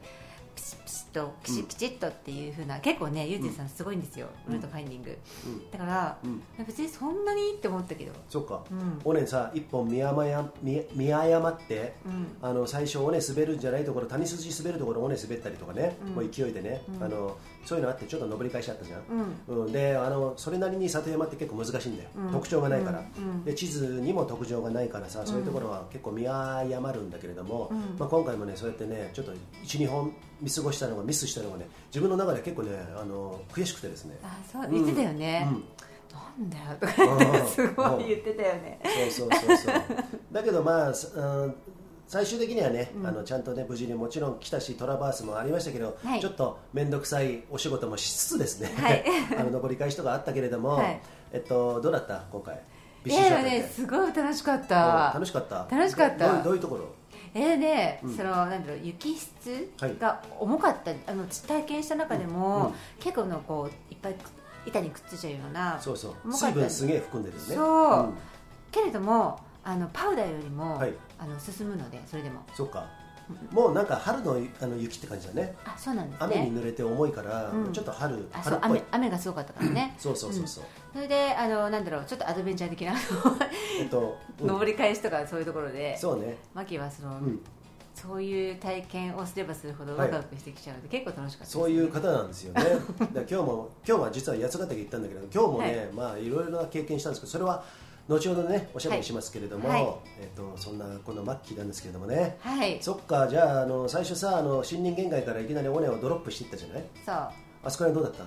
Speaker 2: ピシピシッとピシピチッとっていうふうな、結構ねユージンさんすごいんですよ、
Speaker 1: うん
Speaker 2: ルートファインディング
Speaker 1: うん
Speaker 2: だから、
Speaker 1: うん
Speaker 2: 別にそんなにって思ったけど
Speaker 1: そっか、
Speaker 2: うん
Speaker 1: オレさ一本見誤や見見誤って
Speaker 2: うん
Speaker 1: あの最初、尾根滑るんじゃないところ、谷筋滑るところ、尾根滑ったりとかね、
Speaker 2: うん
Speaker 1: もう勢いでね、
Speaker 2: うん
Speaker 1: あの、そういうのあって、ちょっと上り返しあったじゃん、
Speaker 2: うん
Speaker 1: うんであのそれなりに里山って結構難しいんだよ、
Speaker 2: うん
Speaker 1: 特徴がないから、
Speaker 2: うんうん
Speaker 1: で、地図にも特徴がないからさ、そういうところは結構見誤るんだけれども、
Speaker 2: うん
Speaker 1: まあ、今回もね、そうやってね、ちょっと1、2本見過ごしたのが、ミスしたのがね、自分の中で結構ね、あの悔しくてですね。
Speaker 2: あそう言ってたよね、
Speaker 1: うん
Speaker 2: なんだよとか言っ
Speaker 1: うん
Speaker 2: てすごい言ってたよね
Speaker 1: そうそうそうそうだけどまあ、すうん最終的にはね、
Speaker 2: うん
Speaker 1: あのちゃんとね無事にもちろん来たしトラバースもありましたけど、
Speaker 2: はい
Speaker 1: ちょっと面倒くさいお仕事もしつつですね、
Speaker 2: はい
Speaker 1: あの登り返しとかあったけれども、
Speaker 2: はい
Speaker 1: えっとどうだった今回
Speaker 2: い
Speaker 1: ビシッショ
Speaker 2: や
Speaker 1: ット
Speaker 2: で
Speaker 1: で
Speaker 2: もねすごい楽しかっ
Speaker 1: うん
Speaker 2: た
Speaker 1: 楽しかった
Speaker 2: 楽しかった
Speaker 1: どどういうところ
Speaker 2: えーね、
Speaker 1: うん
Speaker 2: そのなんだろう雪質
Speaker 1: はい
Speaker 2: が重かった、あの私体験した中でも、
Speaker 1: うんうん
Speaker 2: 結構のこういっぱい板にくっついちゃうような
Speaker 1: そうそう
Speaker 2: 重か
Speaker 1: 水
Speaker 2: った
Speaker 1: 分すげえ含んでるよね
Speaker 2: そう
Speaker 1: うん
Speaker 2: けれどもあのパウダーよりも、
Speaker 1: はい
Speaker 2: あの進むのでそれでも
Speaker 1: そっかもうなんか春のあの雪って感じだね
Speaker 2: あそうなんです
Speaker 1: 雨に
Speaker 2: ね
Speaker 1: 濡れて重いから、
Speaker 2: うん
Speaker 1: ちょっと春
Speaker 2: あ
Speaker 1: 春
Speaker 2: そ
Speaker 1: っ
Speaker 2: う
Speaker 1: ぽい
Speaker 2: 雨雨がすごかったからね
Speaker 1: そうそうそうそう、
Speaker 2: それであのなんだろうちょっとアドベンチャー的な
Speaker 1: えっと、うん
Speaker 2: 登り返しとかそういうところで
Speaker 1: そうね
Speaker 2: マキはそ
Speaker 1: う
Speaker 2: の、
Speaker 1: ん
Speaker 2: そういう体験をすればするほどワクワクしてきちゃうので、結構楽しかったです
Speaker 1: そういう方なんですよねだから今日も今日は実は八ヶ岳行ったんだけど今日もね、、
Speaker 2: はい
Speaker 1: まあいろいろな経験したんですけどそれは後ほどねおしゃべりしますけれども、
Speaker 2: はい
Speaker 1: えっとそんなこの末期なんですけれどもね
Speaker 2: はいそ
Speaker 1: そっかじゃああの最初さあの森林限界からいきなり尾根をドロップしていったじゃないうあそこら辺どうだった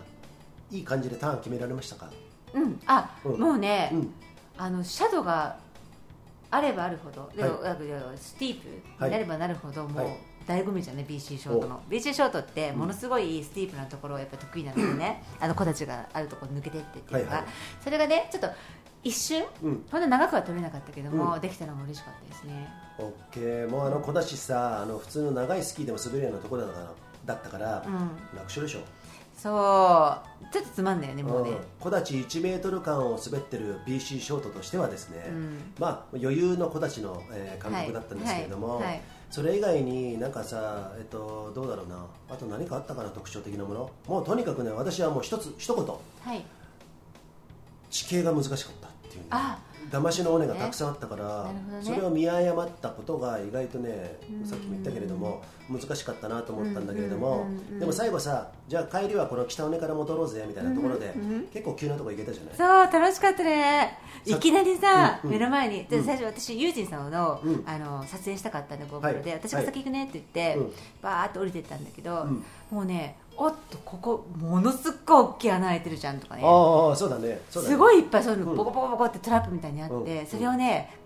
Speaker 1: いい感じでターン決められましたか
Speaker 2: うんあ、
Speaker 1: うん
Speaker 2: もうね、
Speaker 1: うん
Speaker 2: あのシャドウがあればあるほどで、
Speaker 1: はい
Speaker 2: あスティープ
Speaker 1: はい
Speaker 2: になればなるほど、もう、
Speaker 1: はい
Speaker 2: 醍醐味じゃんね BC ショートの BC ショートってものすごいスティープなところをやっぱ得意なのでね、あの子たちがあるところ抜けてってっていうのが、
Speaker 1: はいはい
Speaker 2: それがねちょっと一瞬
Speaker 1: うん
Speaker 2: ほんと長くは取れなかったけども、
Speaker 1: う
Speaker 2: できたのも嬉しかったですね
Speaker 1: オッケーもうあの小出しさあの普通の長いスキーでも滑るようなところだからだったから、
Speaker 2: うん
Speaker 1: 楽勝でしょ
Speaker 2: そうちょっとつまんだよねもうね
Speaker 1: うん小立1メートル間を滑ってる BC ショートとしてはですね、
Speaker 2: うん
Speaker 1: まあ、余裕の小立の、えー、感覚だったんですけれども、
Speaker 2: はいはい
Speaker 1: それ以外になんかさ、えっと、どうだろうなあと何かあったかな特徴的なものもうとにかくね私はもう一つ一言
Speaker 2: はい
Speaker 1: 地形が難しかったっていうね
Speaker 2: あ
Speaker 1: 騙しの尾根がたくさんあったから、
Speaker 2: ねなるほどね
Speaker 1: それを見誤ったことが意外とねさっきも言ったけれども難しかったなと思ったんだけれども、
Speaker 2: うんうんうんうん
Speaker 1: でも最後さじゃあ帰りはこの北尾根から戻ろうぜみたいなところで、
Speaker 2: うんうんうん
Speaker 1: 結構急なとこ行けたじゃない
Speaker 2: そう楽しかったね
Speaker 1: さ
Speaker 2: いきなりさ、
Speaker 1: うんうん
Speaker 2: 目の前にで最初私ユージンさんの,、
Speaker 1: うん
Speaker 2: あの撮影したかったんで GoPro で、
Speaker 1: はい
Speaker 2: 私が先行くねって言って、
Speaker 1: うん
Speaker 2: バーって降りてったんだけど、
Speaker 1: うん
Speaker 2: もうねおっとここものすっごい大きい穴開いてるじゃんとかね
Speaker 1: ああそうだねそうだね
Speaker 2: すごいいっぱいそういうの
Speaker 1: うん
Speaker 2: ボコボコボコってトラップみたいにあって、
Speaker 1: うん
Speaker 2: それをね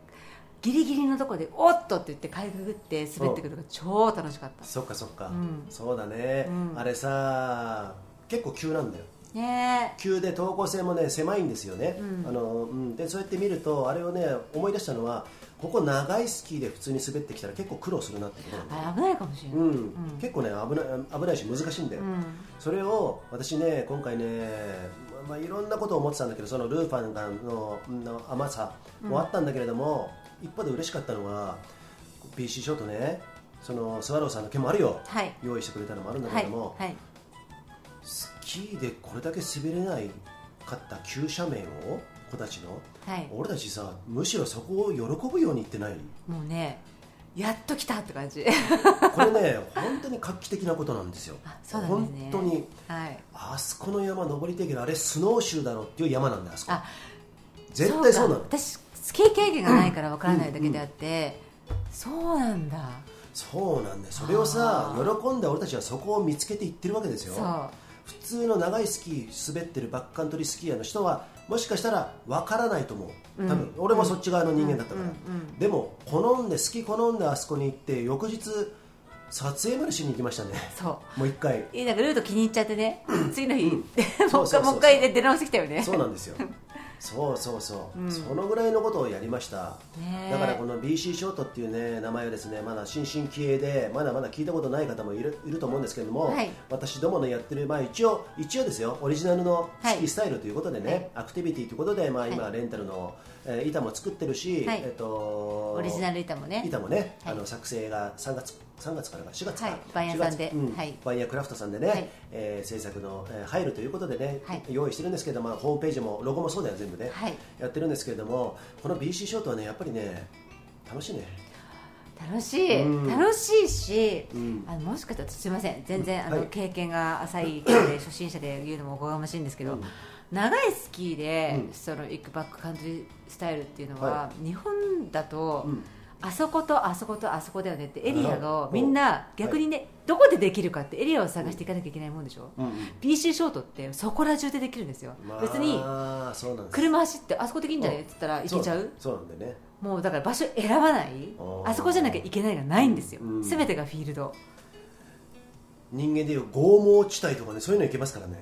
Speaker 2: ギリギリのとこで「おっと!」って言ってかいくぐって滑ってくるのが超楽しかった
Speaker 1: そっかそっか、
Speaker 2: うん
Speaker 1: そうだね、
Speaker 2: うん
Speaker 1: あれさ結構急なんだよ
Speaker 2: ね
Speaker 1: 急で等高性もね狭いんですよね、
Speaker 2: うん
Speaker 1: あのうん、でそうやって見るとあれをね思い出したのはここ長いスキーで普通に滑ってきたら結構苦労するなってことなんだよ
Speaker 2: あ危ないかもしれない、
Speaker 1: うん
Speaker 2: うん
Speaker 1: 結構ね危ない危ないし難しいんだよ、
Speaker 2: うん
Speaker 1: それを私ね今回ね、まあ、いろんなことを思ってたんだけどそのルーファンがのの甘さもあったんだけれども、一方で嬉しかったのは BC ショートねそのスワローさんの件もあるよ、
Speaker 2: はい
Speaker 1: 用意してくれたのもあるんだけ
Speaker 2: は
Speaker 1: れ
Speaker 2: い
Speaker 1: ども、
Speaker 2: はい
Speaker 1: スキーでこれだけ滑れないかった急斜面を子たちの
Speaker 2: はい
Speaker 1: 俺たちさむしろそこを喜ぶように言ってない
Speaker 2: もうねやっと来たって感じ
Speaker 1: これね本当に画期的なことなんですよ
Speaker 2: あそうなんですね
Speaker 1: 本当に
Speaker 2: はい
Speaker 1: あそこの山登りたいけどあれスノーシューだろっていう山なんだよあそこ
Speaker 2: あ
Speaker 1: 絶対そうなの
Speaker 2: か私スキー経験がないからわからないだけであって、そうなんだ
Speaker 1: そうなんだよそれをさ
Speaker 2: あー
Speaker 1: 喜んで俺たちはそこを見つけていってるわけですよ
Speaker 2: そう
Speaker 1: 普通の長いスキー滑ってるバックカントリースキーヤーの人はもしかしたら分からないと思う多分、
Speaker 2: うん
Speaker 1: 俺もそっち側の人間だったから、
Speaker 2: うんうん
Speaker 1: でも好んで好き好んであそこに行って翌日撮影までしに行きま したね
Speaker 2: そう
Speaker 1: もう一回
Speaker 2: えなんかルート気に入っちゃってね次の日、 もう一
Speaker 1: そうそうそう
Speaker 2: 回もう一回出直してきたよね
Speaker 1: そうなんですよそうそうそう、
Speaker 2: うん
Speaker 1: そのぐらいのことをやりました
Speaker 2: ねえ
Speaker 1: だからこの BC ショートっていうね名前はですねまだ新進気鋭でまだまだ聞いたことない方もいるいると思うんですけれども、
Speaker 2: はい
Speaker 1: 私どものやってるまあ一応一応ですよオリジナルの
Speaker 2: はい
Speaker 1: スキースタイルということでね、
Speaker 2: はい
Speaker 1: アクティビティということでまあ今
Speaker 2: は
Speaker 1: レンタルの、えー板も作ってるし、
Speaker 2: はい
Speaker 1: えっと
Speaker 2: オリジナル板もね
Speaker 1: 板もね、
Speaker 2: は
Speaker 1: あ
Speaker 2: い
Speaker 1: の作成が3月3月からか4月か、
Speaker 2: はいバンヤさんで
Speaker 1: 4月う
Speaker 2: はい
Speaker 1: バンヤクラフトさんでね、
Speaker 2: はい
Speaker 1: えー制作の、えー入るということでね、
Speaker 2: はい
Speaker 1: 用意してるんですけど、まあ、ホームページもロゴもそうだよ全部ね、
Speaker 2: はい
Speaker 1: やってるんですけれどもこの BC ショートはねやっぱりね楽しいね
Speaker 2: 楽しい、
Speaker 1: うん
Speaker 2: 楽しいし、
Speaker 1: うん
Speaker 2: あのもしかしたらすいません全然あの、
Speaker 1: はい
Speaker 2: 経験が浅いの で初心者で言うのもおこがましいんですけど、
Speaker 1: うん
Speaker 2: 長いスキーで、
Speaker 1: うん
Speaker 2: その行くバックカントリースタイルっていうのは、
Speaker 1: は
Speaker 2: 日本だと、
Speaker 1: うん
Speaker 2: あそことあそことあそこだよねってエリア
Speaker 1: う
Speaker 2: が
Speaker 1: ん
Speaker 2: みんな逆にね、どこでできるかってエリアを探していかなきゃいけないもんでしょ、
Speaker 1: うん
Speaker 2: BC ショートってそこら中でできるんですよ、
Speaker 1: まあ
Speaker 2: 別に
Speaker 1: そうなんです
Speaker 2: 車走ってあそこできんじゃねって言ったら行けちゃう
Speaker 1: そうそうなんでね
Speaker 2: もうだから場所選ばない
Speaker 1: あー
Speaker 2: あそこじゃなきゃいけないがないんですよ、
Speaker 1: うん
Speaker 2: 全てがフィールド
Speaker 1: 人間でいう剛毛地帯とかねそういうの行けますからね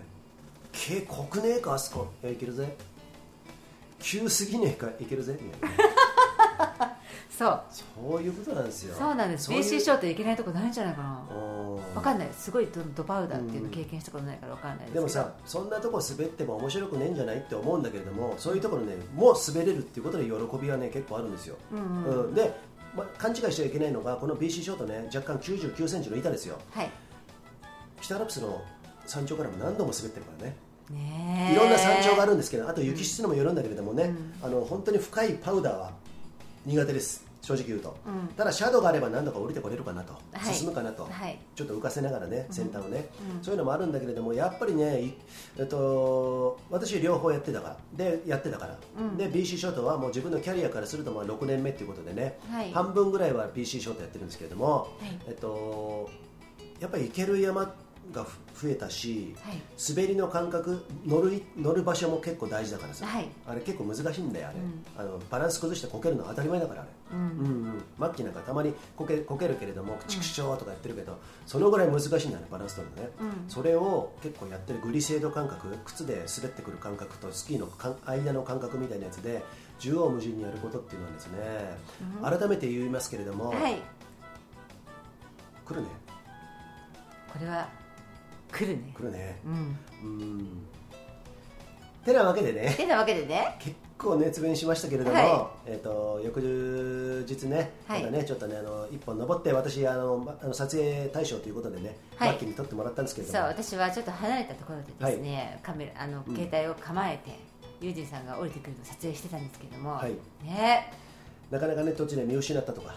Speaker 1: け濃くねえかあそこいや行けるぜ急すぎねえか行ける ぜみたいな
Speaker 2: そう
Speaker 1: そういうことなんですよ
Speaker 2: そうなんです
Speaker 1: いう
Speaker 2: BC ショート行けないとこないんじゃないかな
Speaker 1: うん
Speaker 2: わかんないすごいドドパウダーっていうの経験したことないからわかんないですけ
Speaker 1: で
Speaker 2: ど
Speaker 1: もさそんなとこ滑っても面白くねえんじゃないって思うんだけれどもそういうところねもう滑れるっていうことで喜びはね結構あるんですよ、
Speaker 2: うんうん
Speaker 1: うんで、ま、勘違いしちゃいけないのがこの BC ショートね若干9 9センチの板ですよ
Speaker 2: はい
Speaker 1: 北アルプスの山頂からも何度も滑ってるからね
Speaker 2: ねえ
Speaker 1: いろんな山頂があるんですけどあと雪質のもよるんだけれどもね、
Speaker 2: うん
Speaker 1: あの本当に深いパウダーは苦手です正直言うと、
Speaker 2: うん
Speaker 1: ただシャドウがあれば何度か降りてこれるかなと、
Speaker 2: はい
Speaker 1: 進むかなと、
Speaker 2: はい
Speaker 1: ちょっと浮かせながらね先端をね、
Speaker 2: うん
Speaker 1: そういうのもあるんだけれどもやっぱりね、いえっと、私両方やってたからでやってたから、
Speaker 2: うん
Speaker 1: で BC ショートはもう自分のキャリアからするとまあ6年目ということでね、
Speaker 2: はい
Speaker 1: 半分ぐらいは BC ショートやってるんですけれども、
Speaker 2: い
Speaker 1: えっと、やっぱり行ける山がふ増えたし、
Speaker 2: はい
Speaker 1: 滑りの感覚乗るい乗る場所も結構大事だからさ、
Speaker 2: はい
Speaker 1: あれ結構難しいんだよあれ、
Speaker 2: うん
Speaker 1: あのバランス崩してこけるのは当たり前だからあれ
Speaker 2: うん
Speaker 1: うんうん、末期なんかたまにこけこけるけれども畜生とかやってるけど、そのぐらい難しいんだよねバランス取るのね、
Speaker 2: うん
Speaker 1: それを結構やってるグリセード感覚靴で滑ってくる感覚とスキーのかん間の感覚みたいなやつで縦横無尽にやることっていうのはですね、
Speaker 2: うん
Speaker 1: 改めて言いますけれども、
Speaker 2: はい
Speaker 1: 来るね
Speaker 2: これは来るね
Speaker 1: 来るね
Speaker 2: うん
Speaker 1: うんてなわけでね
Speaker 2: てなわけでね
Speaker 1: 結構熱弁しましたけれども、
Speaker 2: は
Speaker 1: えー、と翌日ね、
Speaker 2: はい
Speaker 1: またねちょっとねあの一本登って私あの、まあの撮影大賞ということでね、
Speaker 2: はい
Speaker 1: マッキーに撮ってもらったんですけれど
Speaker 2: そう
Speaker 1: も
Speaker 2: 私はちょっと離れたところでですね、カメラあの
Speaker 1: うん
Speaker 2: 携帯を構えて、ユージンさんが降りてくるのを撮影してたんですけども、
Speaker 1: はい
Speaker 2: ね
Speaker 1: なかなかね途中で見失ったとか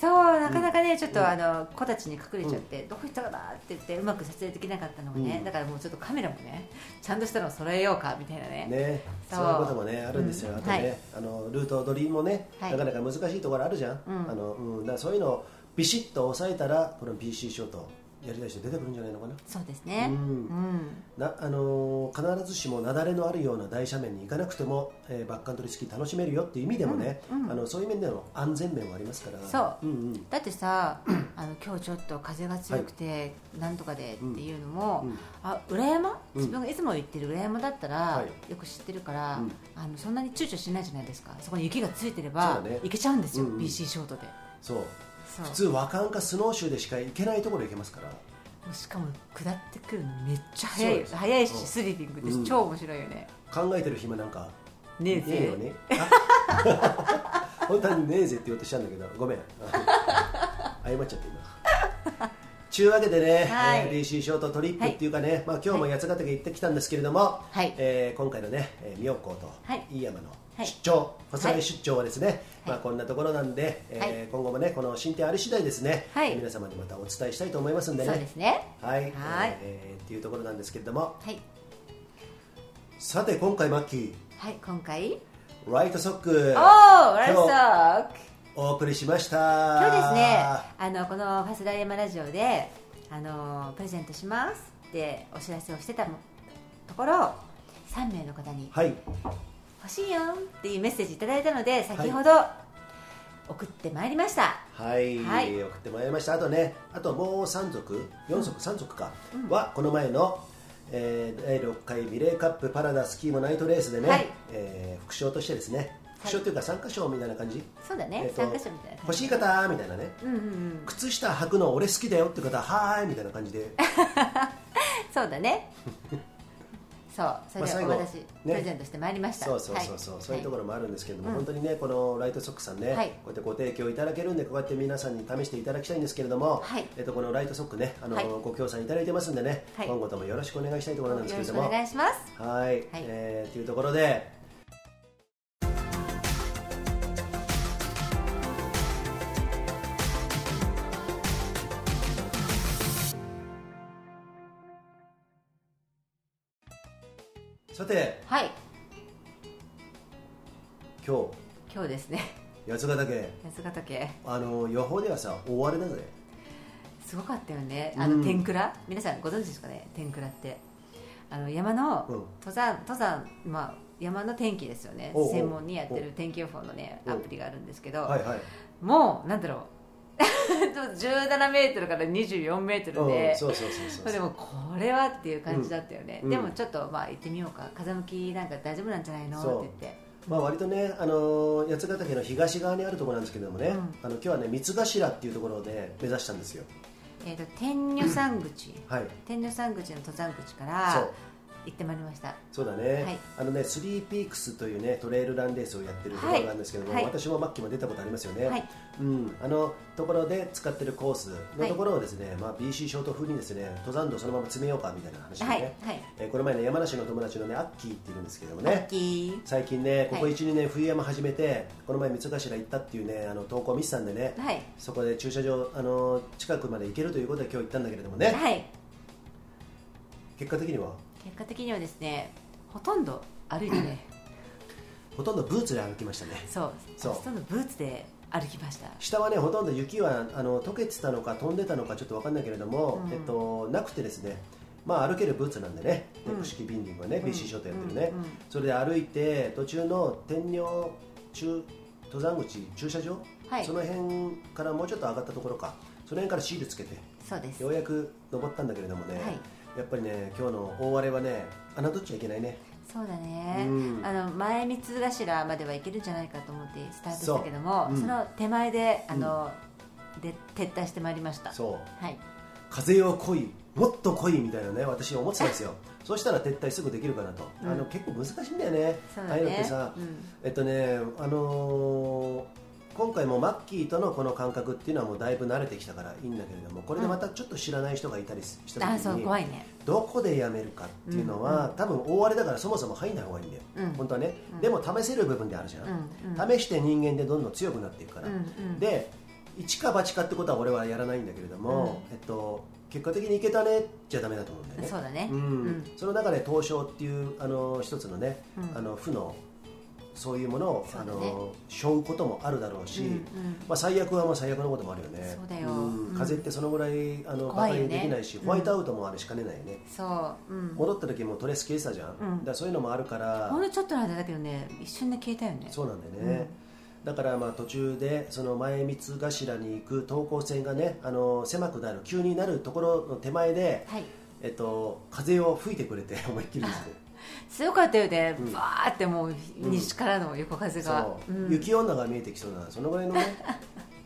Speaker 2: そうなかなかね、ちょっ
Speaker 1: うん
Speaker 2: とあの子たちに隠れちゃって、どこ行ったかなって言ってうまく撮影できなかったのがね、
Speaker 1: うん
Speaker 2: だからもうちょっとカメラもねちゃんとしたのを揃えようかみたいなね
Speaker 1: ね
Speaker 2: そ
Speaker 1: そうういうこともねあるんですよ、
Speaker 2: うん
Speaker 1: あとね、
Speaker 2: はい
Speaker 1: あのルート取りもね、
Speaker 2: はい
Speaker 1: なかなか難しいところあるじゃん、
Speaker 2: うん
Speaker 1: あのうん、だからそういうのをビシッと抑えたらこの BC ショートやりたい人出てくるんじゃないのかな
Speaker 2: そうですね
Speaker 1: うん
Speaker 2: うん
Speaker 1: なあのー必ずしも雪崩のあるような大斜面に行かなくても、えーバックカントリースキー楽しめるよっていう意味でもね、
Speaker 2: うんうん
Speaker 1: あのそういう面での安全面はありますから、
Speaker 2: そう
Speaker 1: んうん
Speaker 2: だってさ、あの今日ちょっと風が強くて、なんとかでっていうのも、
Speaker 1: うん
Speaker 2: あ裏山、
Speaker 1: うん
Speaker 2: 自分がいつも言ってる裏山だったら、
Speaker 1: は
Speaker 2: よく知ってるから、
Speaker 1: うん
Speaker 2: あのそんなに躊躇しないじゃないですかそこに雪がついてれ
Speaker 1: そ
Speaker 2: ば、
Speaker 1: うだね
Speaker 2: いけちゃうんですよ、
Speaker 1: うんうん
Speaker 2: BC ショートで
Speaker 1: そう
Speaker 2: そう
Speaker 1: 普通和感かスノーシューでしか行けないところ行けますから
Speaker 2: しかも下ってくるのめっちゃ早
Speaker 1: そう
Speaker 2: いよ
Speaker 1: です
Speaker 2: 早いし、
Speaker 1: うん
Speaker 2: スリリングで
Speaker 1: うん
Speaker 2: 超面白いよね、
Speaker 1: 考えてる暇なんか
Speaker 2: ねえぜ
Speaker 1: よねあ本当はねえぜって言おうとしたんだけどごめん 謝っちゃって今ちゅうわけでね、
Speaker 2: はい
Speaker 1: BC ショートトリップっていうかね、まあ、今日も八ヶ岳行ってきたんですけれども、
Speaker 2: はい
Speaker 1: えー今回のね、えー妙高と
Speaker 2: はい
Speaker 1: 飯山の
Speaker 2: はい
Speaker 1: 出張、子育て出張はですね、まあ、こんなところなんで、
Speaker 2: はい
Speaker 1: えー今後もねこの進展あり次第ですね、
Speaker 2: はい
Speaker 1: 皆様にまたお伝えしたいと思いますんで
Speaker 2: そうで
Speaker 1: ね
Speaker 2: すね
Speaker 1: はい、
Speaker 2: はい
Speaker 1: えーっていうところなんですけれども
Speaker 2: はい
Speaker 1: さて今回マッキー
Speaker 2: はい今回
Speaker 1: ライトソック
Speaker 2: おーライ
Speaker 1: 今
Speaker 2: フ
Speaker 1: 日
Speaker 2: ソック
Speaker 1: お送りしました
Speaker 2: 今日ですねあのこの「ファスダイヤマラジオで」あのプレゼントしますってお知らせをしてたもところ3名の方に
Speaker 1: はい
Speaker 2: 「欲しいよ」っていうメッセージいただいたので先ほど送ってまいりました、
Speaker 1: はい、
Speaker 2: はい
Speaker 1: 送ってまいりましたあとねあともう3族4族3族か、はこの前の、えー第6回ビレーカップパラダスキーもナイトレースでね、
Speaker 2: はい
Speaker 1: えー副賞としてですね副賞というか参加賞みたいな感じ、
Speaker 2: そうだね、
Speaker 1: えーと
Speaker 2: 参加者みたいな
Speaker 1: 欲しい
Speaker 2: か
Speaker 1: 方みたいなね
Speaker 2: うんうんうん
Speaker 1: 靴下履くの俺好きだよって方ははーいみたいな感じで、
Speaker 2: そうだ ねそうそれで
Speaker 1: まあ最
Speaker 2: お
Speaker 1: 後
Speaker 2: 私、
Speaker 1: ね
Speaker 2: プレゼントしてまいりました
Speaker 1: そうそうそうそう、そういうとこ
Speaker 2: ろ
Speaker 1: ろもあるんですけれども、
Speaker 2: はい
Speaker 1: 本当にねこのライトソックさんね、
Speaker 2: はい
Speaker 1: こうやってご提供いただけるんでこうやって皆さんに試していただきたいんですけれども、
Speaker 2: はい
Speaker 1: えっとこのライトソックねあの、
Speaker 2: はい
Speaker 1: ご協賛いただいてますんでね、
Speaker 2: はい
Speaker 1: 今後ともよろしくお願いしたいところなんです
Speaker 2: よ
Speaker 1: けれど
Speaker 2: ろしく
Speaker 1: も
Speaker 2: お願いします
Speaker 1: はい、えーというところでさて
Speaker 2: はい
Speaker 1: 今
Speaker 2: 今日ですね
Speaker 1: 日八ヶ岳
Speaker 2: 八ヶ岳
Speaker 1: あの予報ではさ大荒れだぜ
Speaker 2: すごかったよね、
Speaker 1: うん
Speaker 2: あの天倉、皆さんご存知ですかね、天倉って、あの山の
Speaker 1: うん
Speaker 2: 登山、登山まあ、山の天気ですよね
Speaker 1: おうおう
Speaker 2: 専門にやってる天気予報の、ね、
Speaker 1: おう
Speaker 2: アプリがあるんですけど、
Speaker 1: はいはい、
Speaker 2: もう、 なんだろう、17メートルから24メートル
Speaker 1: うん、
Speaker 2: で、
Speaker 1: そうそうそうそう
Speaker 2: でもこれはっていう感じだったよね、
Speaker 1: うん
Speaker 2: でもちょっと、まあ、行ってみようか、風向きなんか大丈夫なんじゃないのって
Speaker 1: そう
Speaker 2: 言って、
Speaker 1: まあ割とね、あのー八ヶ岳の東側にあるところなんですけどもね、
Speaker 2: うん
Speaker 1: あの今日はね三つ頭っていうところで目指したんですよ
Speaker 2: えー、と天女山口、
Speaker 1: はい
Speaker 2: 天女山口の登山口
Speaker 1: そ
Speaker 2: から
Speaker 1: う、
Speaker 2: 行ってまいりました
Speaker 1: そうだね、
Speaker 2: はい
Speaker 1: あのねスリーピークスというねトレイルランレースをやってるところなんですけども、
Speaker 2: はいはい
Speaker 1: 私もマッキーも出たことありますよね、
Speaker 2: はい
Speaker 1: うん、あのところで使ってるコースのところをですね、まあ、BC ショート風にですね登山道そのまま詰めようかみたいな話をね、
Speaker 2: はいはい
Speaker 1: えーこの前ね山梨の友達のねアッキーっていうんですけどもね
Speaker 2: ラッキー
Speaker 1: 最近ねここ
Speaker 2: はい
Speaker 1: 12、年冬山始めてこの前三つ頭行ったっていうねあの投稿見てたんでね、
Speaker 2: はい
Speaker 1: そこで駐車場あの近くまで行けるということで今日行ったんだけれどもね、
Speaker 2: はい
Speaker 1: 結果的には
Speaker 2: 結果的にはですねほとんど歩いてね
Speaker 1: ほとんどブーツで歩きましたね
Speaker 2: そう
Speaker 1: そう
Speaker 2: ほとんどブーツで歩きました
Speaker 1: 下はねほとんど雪はあの溶けてたのか飛んでたのかちょっと分かんないけれども、
Speaker 2: うん
Speaker 1: えっと、なくてですね、まあ、歩けるブーツなんでね
Speaker 2: うん
Speaker 1: ネク式ビンディングはね、
Speaker 2: うん
Speaker 1: BC ショートやってるね、
Speaker 2: うんうん
Speaker 1: それで歩いて途中の天領中登山口駐車場、
Speaker 2: はい
Speaker 1: その辺からもうちょっと上がったところかその辺からシールつけて
Speaker 2: そうです
Speaker 1: ようやく登ったんだけれどもね、
Speaker 2: はい
Speaker 1: やっぱりね今日の大荒れはね侮っちゃいけないね
Speaker 2: そうだね、
Speaker 1: うん
Speaker 2: あの前三つ頭までは行けるんじゃないかと思ってスタートしたけども
Speaker 1: そ
Speaker 2: そ,、
Speaker 1: ううん
Speaker 2: の手前であの、で撤退してまいりました
Speaker 1: そう
Speaker 2: はい
Speaker 1: 風よ来いもっと来いみたいなね私思ってたんですよそうしたら撤退すぐできるかなと、
Speaker 2: うん
Speaker 1: あの結構難しいんだよね
Speaker 2: そう
Speaker 1: ああ
Speaker 2: だ
Speaker 1: いうのっ
Speaker 2: ね
Speaker 1: てさ、
Speaker 2: うん
Speaker 1: えっとねあのー今回もマッキーとのこの感覚っていうのはもうだいぶ慣れてきたからいいんだけれどもこれでまたちょっと知らない人がいたりした
Speaker 2: あ
Speaker 1: 時
Speaker 2: そう
Speaker 1: に、
Speaker 2: 怖いね
Speaker 1: どこでやめるかっていうのは、多分大荒れだからそもそも入んない方がいいんだよ、
Speaker 2: うん
Speaker 1: 本当はね、
Speaker 2: うん
Speaker 1: でも試せる部分であるじゃ
Speaker 2: うん
Speaker 1: ん、
Speaker 2: うん
Speaker 1: 試して人間でどんどん強くなっていくから、
Speaker 2: うんうん
Speaker 1: で一か八かってことは俺はやらないんだけれども、えっと、結果的にいけたねじゃダメだと思うんだよね
Speaker 2: そうだね
Speaker 1: ん
Speaker 2: うん
Speaker 1: その中で東証っていうあの一つのね、
Speaker 2: うん
Speaker 1: あの負のそういうものを、
Speaker 2: そう
Speaker 1: あ
Speaker 2: だね
Speaker 1: の背負うこともあるだろうし、
Speaker 2: うんうん
Speaker 1: まあ、最悪はまあ最悪のこともあるよね
Speaker 2: そうだよ
Speaker 1: ん
Speaker 2: うん
Speaker 1: 風邪ってそのぐらいあのバカ
Speaker 2: 怖いよね
Speaker 1: にできないし、
Speaker 2: うん
Speaker 1: ホワイトアウトもあれしかねないよね、
Speaker 2: そう、うん、
Speaker 1: 戻った時もトレース消えてたじゃん、
Speaker 2: うん
Speaker 1: だからそういうのもあるから
Speaker 2: ほんのちょっとの間だけどね一瞬で消えたよね
Speaker 1: そうなんだよね、だからまあ途中でその前三つ頭に行く等高線がねあの狭くなる急になるところの手前で、
Speaker 2: はい
Speaker 1: えっと、風を吹いてくれて 思いっきりですね
Speaker 2: すごかったよね、
Speaker 1: うん
Speaker 2: バーってもう西からの横風が、
Speaker 1: そう、
Speaker 2: うん
Speaker 1: 雪女が見えてきそうなそのぐらいの ね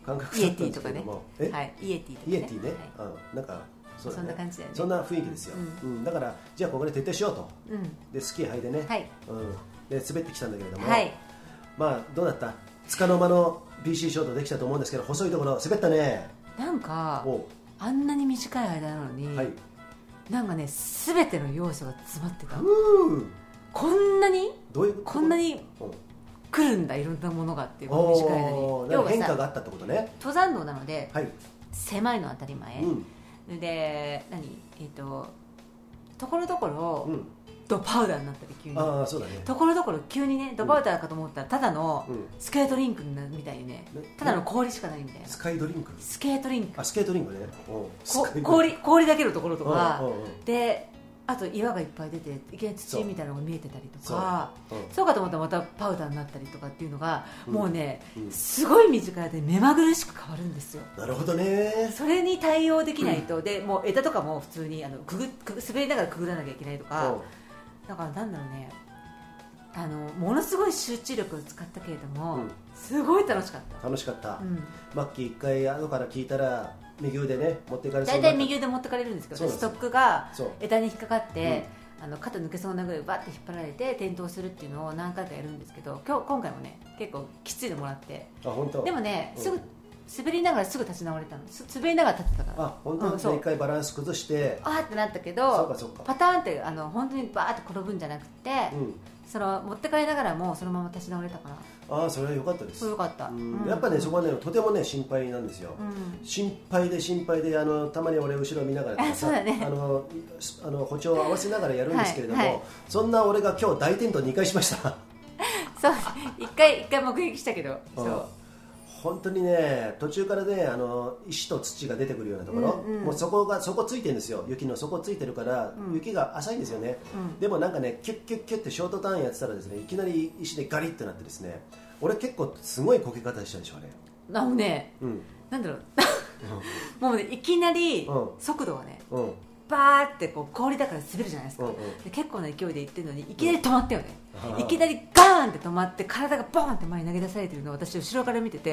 Speaker 1: 感覚
Speaker 2: イ
Speaker 1: だ
Speaker 2: エ
Speaker 1: った
Speaker 2: テ
Speaker 1: ん
Speaker 2: ィ
Speaker 1: です
Speaker 2: と
Speaker 1: け
Speaker 2: か
Speaker 1: ど
Speaker 2: ね
Speaker 1: も、え
Speaker 2: はい、イエティとか
Speaker 1: イエティね
Speaker 2: はい、
Speaker 1: うん、なんかそうだ、ね、
Speaker 2: そんな感じだよね
Speaker 1: そんな雰囲気ですよ、うんだからじゃあここで徹底しようと
Speaker 2: うん
Speaker 1: でスキー履いてね、
Speaker 2: はい
Speaker 1: うん、で滑ってきたんだけれども、
Speaker 2: はい
Speaker 1: まあどうだった束の間の BC ショートできたと思うんですけど細いところ滑ったね
Speaker 2: なんか
Speaker 1: お
Speaker 2: あんなに短い間なのに、
Speaker 1: はい
Speaker 2: なんかね全ての要素が詰まってた
Speaker 1: うー
Speaker 2: こんなに
Speaker 1: どういうと
Speaker 2: こんなに
Speaker 1: うん
Speaker 2: 来るんだいろんなものがっていうこの短い間に
Speaker 1: おーなんか変化
Speaker 2: 要は
Speaker 1: が
Speaker 2: さ
Speaker 1: あったってことね
Speaker 2: 登山道なので
Speaker 1: はい、
Speaker 2: 狭いのは当たり前、
Speaker 1: うん
Speaker 2: で何えっ、とところどころ
Speaker 1: うん、
Speaker 2: ドパウダーになったり急に、
Speaker 1: ああそうだね
Speaker 2: ところどころ急にねドパウダーかと思ったらただの
Speaker 1: うん
Speaker 2: スケートリンクになるみたいにね
Speaker 1: ね
Speaker 2: ただの氷しかないみたいな
Speaker 1: スカイドリンク
Speaker 2: スケートリンク
Speaker 1: あスケートリンクねおうス
Speaker 2: こ
Speaker 1: カイドリンク
Speaker 2: 氷氷だけのところとか
Speaker 1: うんうんうん
Speaker 2: であと岩がいっぱい出ていきなり
Speaker 1: そ
Speaker 2: 土
Speaker 1: う
Speaker 2: みたいなのが見えてたりと
Speaker 1: そう
Speaker 2: か
Speaker 1: うん
Speaker 2: そうかと思ったらまたパウダーになったりとかっていうのが、
Speaker 1: うん
Speaker 2: もうね、
Speaker 1: うん
Speaker 2: すごい短いで目まぐるしく変わるんですよ
Speaker 1: なるほどね
Speaker 2: それに対応できないと、でもう枝とかも普通にあのくぐくぐ滑りながらくぐらなきゃいけないとか、だからなんだろうねあのものすごい集中力を使ったけれども、
Speaker 1: うん
Speaker 2: すごい楽しかっ
Speaker 1: うん
Speaker 2: た、
Speaker 1: 楽しかった、
Speaker 2: うん、
Speaker 1: マッキー一回後から聞いたら右腕ね持っていかれそう
Speaker 2: 大
Speaker 1: になっ
Speaker 2: 体
Speaker 1: た
Speaker 2: 右腕持ってかれるんですけ
Speaker 1: そう
Speaker 2: ど
Speaker 1: なんで
Speaker 2: ス
Speaker 1: すよ
Speaker 2: トックが
Speaker 1: そう
Speaker 2: 枝に引っかかって、あの肩抜けそうなぐらいバッて引っ張られて転倒するっていうのを何回かやるんですけど今日今回もね結構きついのもらって
Speaker 1: あ本当
Speaker 2: でもね
Speaker 1: うん
Speaker 2: すぐ滑りながらすぐ立ち直れたのす滑りながら立ってたから
Speaker 1: あ本当
Speaker 2: うん
Speaker 1: に
Speaker 2: そう
Speaker 1: 一回バランス崩して
Speaker 2: あーってなった
Speaker 1: そ
Speaker 2: け
Speaker 1: うか
Speaker 2: ど
Speaker 1: そうか
Speaker 2: パターンってあの本当にバーって転ぶんじゃなくて、
Speaker 1: うん
Speaker 2: その持ってかれながらもそのまま立ち直れたから
Speaker 1: ああそれは良かったです
Speaker 2: そうよかった、
Speaker 1: うん
Speaker 2: うん
Speaker 1: やっぱねそこはねとてもね心配なんですよ、
Speaker 2: うん
Speaker 1: 心配で心配であのたまに俺後ろ見ながらとか
Speaker 2: あそうだね
Speaker 1: あのすあの歩調を合わせながらやるんですけれども、
Speaker 2: はいはい
Speaker 1: そんな俺が今日大転倒2回しました
Speaker 2: そう 一回一回目撃したけどそう
Speaker 1: うん本当にね途中からねあの石と土が出てくるようなところ、
Speaker 2: うんうん
Speaker 1: もうそこがそこついてるんですよ雪の底ついてるから、
Speaker 2: うん
Speaker 1: 雪が浅いんですよね、
Speaker 2: うん
Speaker 1: でもなんかねキュッキュッキュッってショートターンやってたらですねいきなり石でガリッとなってですね俺結構すごいこけ方したでしょあれ
Speaker 2: あのね
Speaker 1: うん
Speaker 2: なんだろう もうねいきなり
Speaker 1: うん
Speaker 2: 速度がね
Speaker 1: うん
Speaker 2: バーってこう氷だから滑るじゃないですか、
Speaker 1: うんうん
Speaker 2: で結構な勢いで行ってるのにいきなり止まったよね、
Speaker 1: うん
Speaker 2: いきなりガーンって止まって体がボーンって前に投げ出されてるのを私後ろから見てて、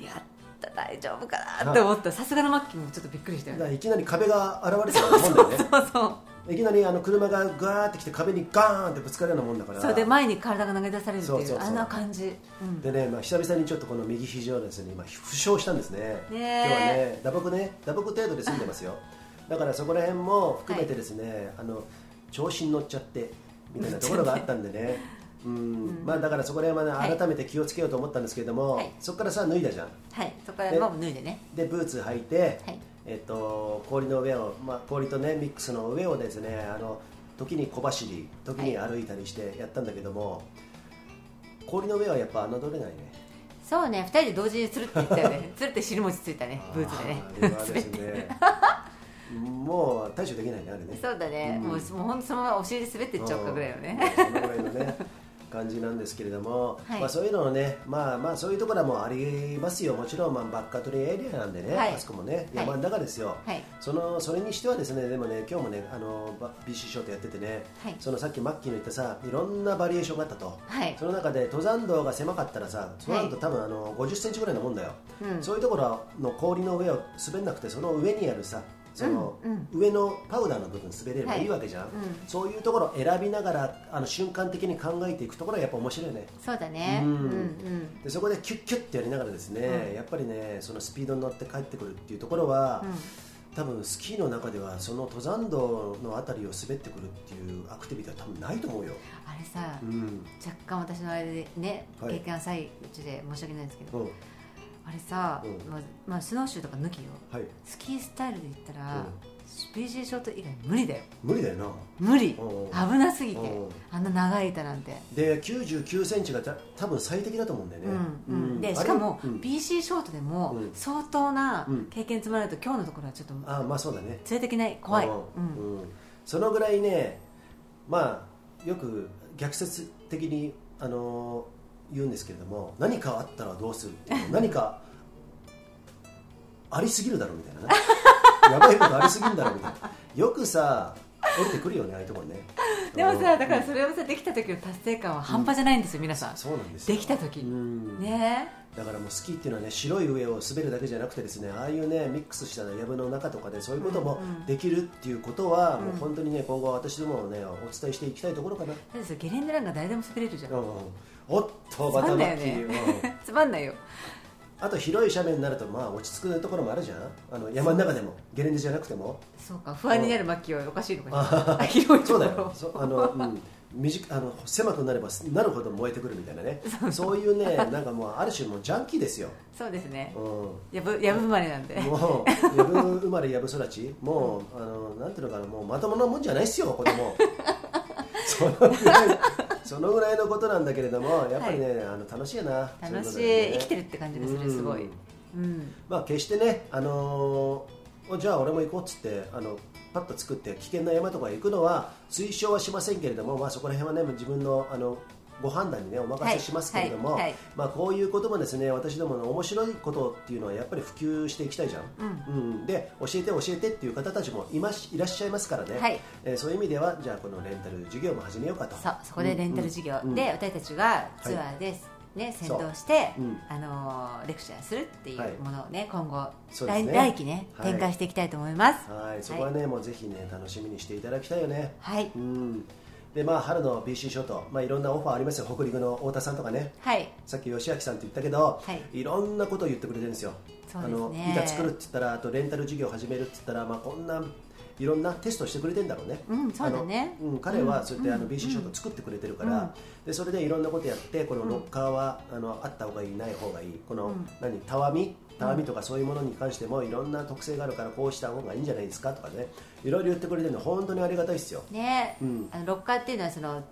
Speaker 2: やった大丈夫かなって思ったさすがのマッキーもちょっとびっくりした
Speaker 1: だ
Speaker 2: よ
Speaker 1: か
Speaker 2: ね
Speaker 1: らいきなり壁が現れたようなもんだよね
Speaker 2: そうそう
Speaker 1: いきなりあの車がぐわーってきて壁にガーンってぶつかるようなもんだから
Speaker 2: そうで前に体が投げ出されるっていう
Speaker 1: そうそうそう
Speaker 2: あんな感じ、うん
Speaker 1: でね、まあ、久々にちょっとこの右肘をですね今負傷したんですね
Speaker 2: え
Speaker 1: 今日はね打撲ね打撲程度で済んでますよだからそこら辺も含めてですね、あの調子に乗っちゃってみたいなところがあったんでねうん、まあだからそこら辺は
Speaker 2: は
Speaker 1: ね
Speaker 2: い
Speaker 1: 改めて気をつけようと思ったんですけれども、
Speaker 2: はい
Speaker 1: そこからさ脱いだじゃん
Speaker 2: はいそこから
Speaker 1: で
Speaker 2: まあ脱いでね
Speaker 1: でブーツ履いて、
Speaker 2: はい
Speaker 1: えっと、氷の上を、まあ、氷と、ね、ミックスの上をですねあの時に小走り時に歩いたりしてやったんだけども、氷の上はやっぱ侮れないね
Speaker 2: そうね二人で同時につるっていったよねつるって汁餅ついたねブーツでね
Speaker 1: あれはですねもう対処できないねあれね
Speaker 2: そうだね、
Speaker 1: うん
Speaker 2: もうもうほんとそのままお尻で滑ってっちゃうかぐらいよね、
Speaker 1: うんそのぐらいのね感じなんですけれども、
Speaker 2: はい
Speaker 1: まあ、そういうのをね、まあ、まあそういうところもありますよもちろん、まあ、バックカントリーエリアなんでね、
Speaker 2: はい
Speaker 1: あそこもね山の中ですよ、
Speaker 2: はい
Speaker 1: そのそれにしてはですねでもね今日もねあのば BC ショートやっててね、
Speaker 2: はい
Speaker 1: そのさっきマッキーの言ったさいろんなバリエーションがあったと、
Speaker 2: はい
Speaker 1: その中で登山道が狭かったらさそうなると多分あの50センチぐらいのもんだよ、
Speaker 2: うん
Speaker 1: そういうところの氷の上を滑らなくてその上にあるさその
Speaker 2: うん
Speaker 1: 上のパウダーの部分滑れれば
Speaker 2: はい
Speaker 1: いいわけじゃん、
Speaker 2: ん
Speaker 1: そういうところを選びながらあの瞬間的に考えていくところはやっぱ面白いよね
Speaker 2: そうだね
Speaker 1: う
Speaker 2: うんんうん
Speaker 1: でそこでキュッキュッってやりながらですね、やっぱりねそのスピードに乗って帰ってくるっていうところは、多分スキーの中ではその登山道のあたりを滑ってくるっていうアクティビティは多分ないと思うよ、
Speaker 2: あれさ、
Speaker 1: うん
Speaker 2: 若干私の間でね
Speaker 1: はい
Speaker 2: 経験浅いうちで申し訳ないんですけど、
Speaker 1: うん
Speaker 2: あれさ、
Speaker 1: うん
Speaker 2: まあまあ、スノーシューとか抜きよ
Speaker 1: はい、
Speaker 2: スキースタイルで言ったら、
Speaker 1: うん
Speaker 2: BG ショート以外無理だよ
Speaker 1: 無理だよな
Speaker 2: 無理
Speaker 1: うん
Speaker 2: 危なすぎて
Speaker 1: うん
Speaker 2: あんな長い板なんて、
Speaker 1: で9 9ンチがた多分最適だと思うんだよね、
Speaker 2: うんうん
Speaker 1: あ
Speaker 2: で
Speaker 1: れ
Speaker 2: しかも、
Speaker 1: うん
Speaker 2: BC ショートでも
Speaker 1: うん
Speaker 2: 相当な
Speaker 1: うん
Speaker 2: 経験積まれると、今日のところはちょっと
Speaker 1: あまあそうだね
Speaker 2: 連れてきない怖い、
Speaker 1: う
Speaker 2: うんん
Speaker 1: うんそのぐらいねまあよく逆説的に、あのー言うんですけれども何かあったらどうする 何かありすぎるだろうみたいなね やばいことありすぎるんだろうみたいなよくさ降りてくるよねああいうところね
Speaker 2: でも
Speaker 1: う
Speaker 2: さ
Speaker 1: ん
Speaker 2: だからそれをさできた時の達成感は半端じゃないんですよ、皆さん
Speaker 1: そうなんですよ
Speaker 2: できた時、
Speaker 1: うん
Speaker 2: ね
Speaker 1: だからもうスキーっていうのはね白い上を滑るだけじゃなくてですねああいうねミックスしたやぶの中とかでそういうことも
Speaker 2: うんうん
Speaker 1: できるっていうことは、もううん本当にね今後は私どもをねお伝えしていきたいところかな、
Speaker 2: だってさゲレンデなんか誰でも滑れるじゃん、
Speaker 1: うんおっとバタマッキー、
Speaker 2: そうだ
Speaker 1: うん
Speaker 2: つまんないよ
Speaker 1: あと広い斜面になるとまあ落ち着くところもあるじゃんあの山の中でもゲレンデじゃなくても
Speaker 2: そうか不安になるマッキーはおかしいのか
Speaker 1: あ
Speaker 2: な広 い
Speaker 1: そう
Speaker 2: とこ
Speaker 1: だ
Speaker 2: ろ
Speaker 1: よそあの、うん短あの狭くなればなるほど燃えてくるみたいなねそういうねなんかもうある種もうジャンキーですよ、
Speaker 2: そうですね
Speaker 1: うん、
Speaker 2: やぶやぶ生まれなんで
Speaker 1: もう、やぶ生まれ、やぶ育ち、もう、あの、なんていうのかな、もうまともなもんじゃないっすよ、子供。 そのぐらい、そのぐらいのことなんだけれども、やっぱりね、あの、楽しいよな。
Speaker 2: 楽
Speaker 1: そううこと
Speaker 2: しい、
Speaker 1: だよね
Speaker 2: 生きてるって感じがす
Speaker 1: うん
Speaker 2: るすごいうん
Speaker 1: まあ、決してね、あのーおじゃあ俺も行こうっつってあのパッと作って危険な山とか行くのは推奨はしませんけれども、まあ、そこら辺はね自分のあのご判断に、ね、お任せしますけれども、
Speaker 2: はいはいはい
Speaker 1: まあ、こういうこともですね私どもの面白いことっていうのはやっぱり普及していきたいじゃん、うんで教えて教えてっていう方たちもいましいらっしゃいますからね、
Speaker 2: はい
Speaker 1: えーそういう意味ではじゃあこのレンタル授業も始めようかと
Speaker 2: そうそこでレンタル事業
Speaker 1: うんうん
Speaker 2: で私たちがツアーです、ね、先導して、
Speaker 1: そううん
Speaker 2: あのーレクチャーするってい
Speaker 1: はいう
Speaker 2: ものをね、今後
Speaker 1: そうです
Speaker 2: 来
Speaker 1: ね
Speaker 2: 来期ね
Speaker 1: はい
Speaker 2: 展開していきたいと思います
Speaker 1: はいそこはね、もうぜひね楽しみにしていただきたいよね
Speaker 2: はい、
Speaker 1: うんでまあ、春の BC ショート、まあ、いろんなオファーありますよ、北陸の太田さんとかね、
Speaker 2: はい
Speaker 1: さっき吉明さんって言ったけど、、
Speaker 2: はい
Speaker 1: ろんなことを言ってくれてるんですよ、
Speaker 2: そう
Speaker 1: あ
Speaker 2: です
Speaker 1: の
Speaker 2: ね
Speaker 1: 板作るって言ったら、あとレンタル事業始めるって言ったら、まあ、こんないろんなテストをしてくれてるんだろうね、
Speaker 2: うんそうだね
Speaker 1: あのうん、彼はそうやってあの BC ショート作ってくれてるから、で、それでいろんなことやって、このロッカーは、あのあった方がいい、ない方がいい、この、何たわみ、たわみとかそういうものに関しても、いろんな特性があるから、こうした方がいいんじゃないですかとかね、いろいろ言ってくれてるの、本当にありがたいですよ。
Speaker 2: ね、
Speaker 1: うん
Speaker 2: あのロッカーっていうのはその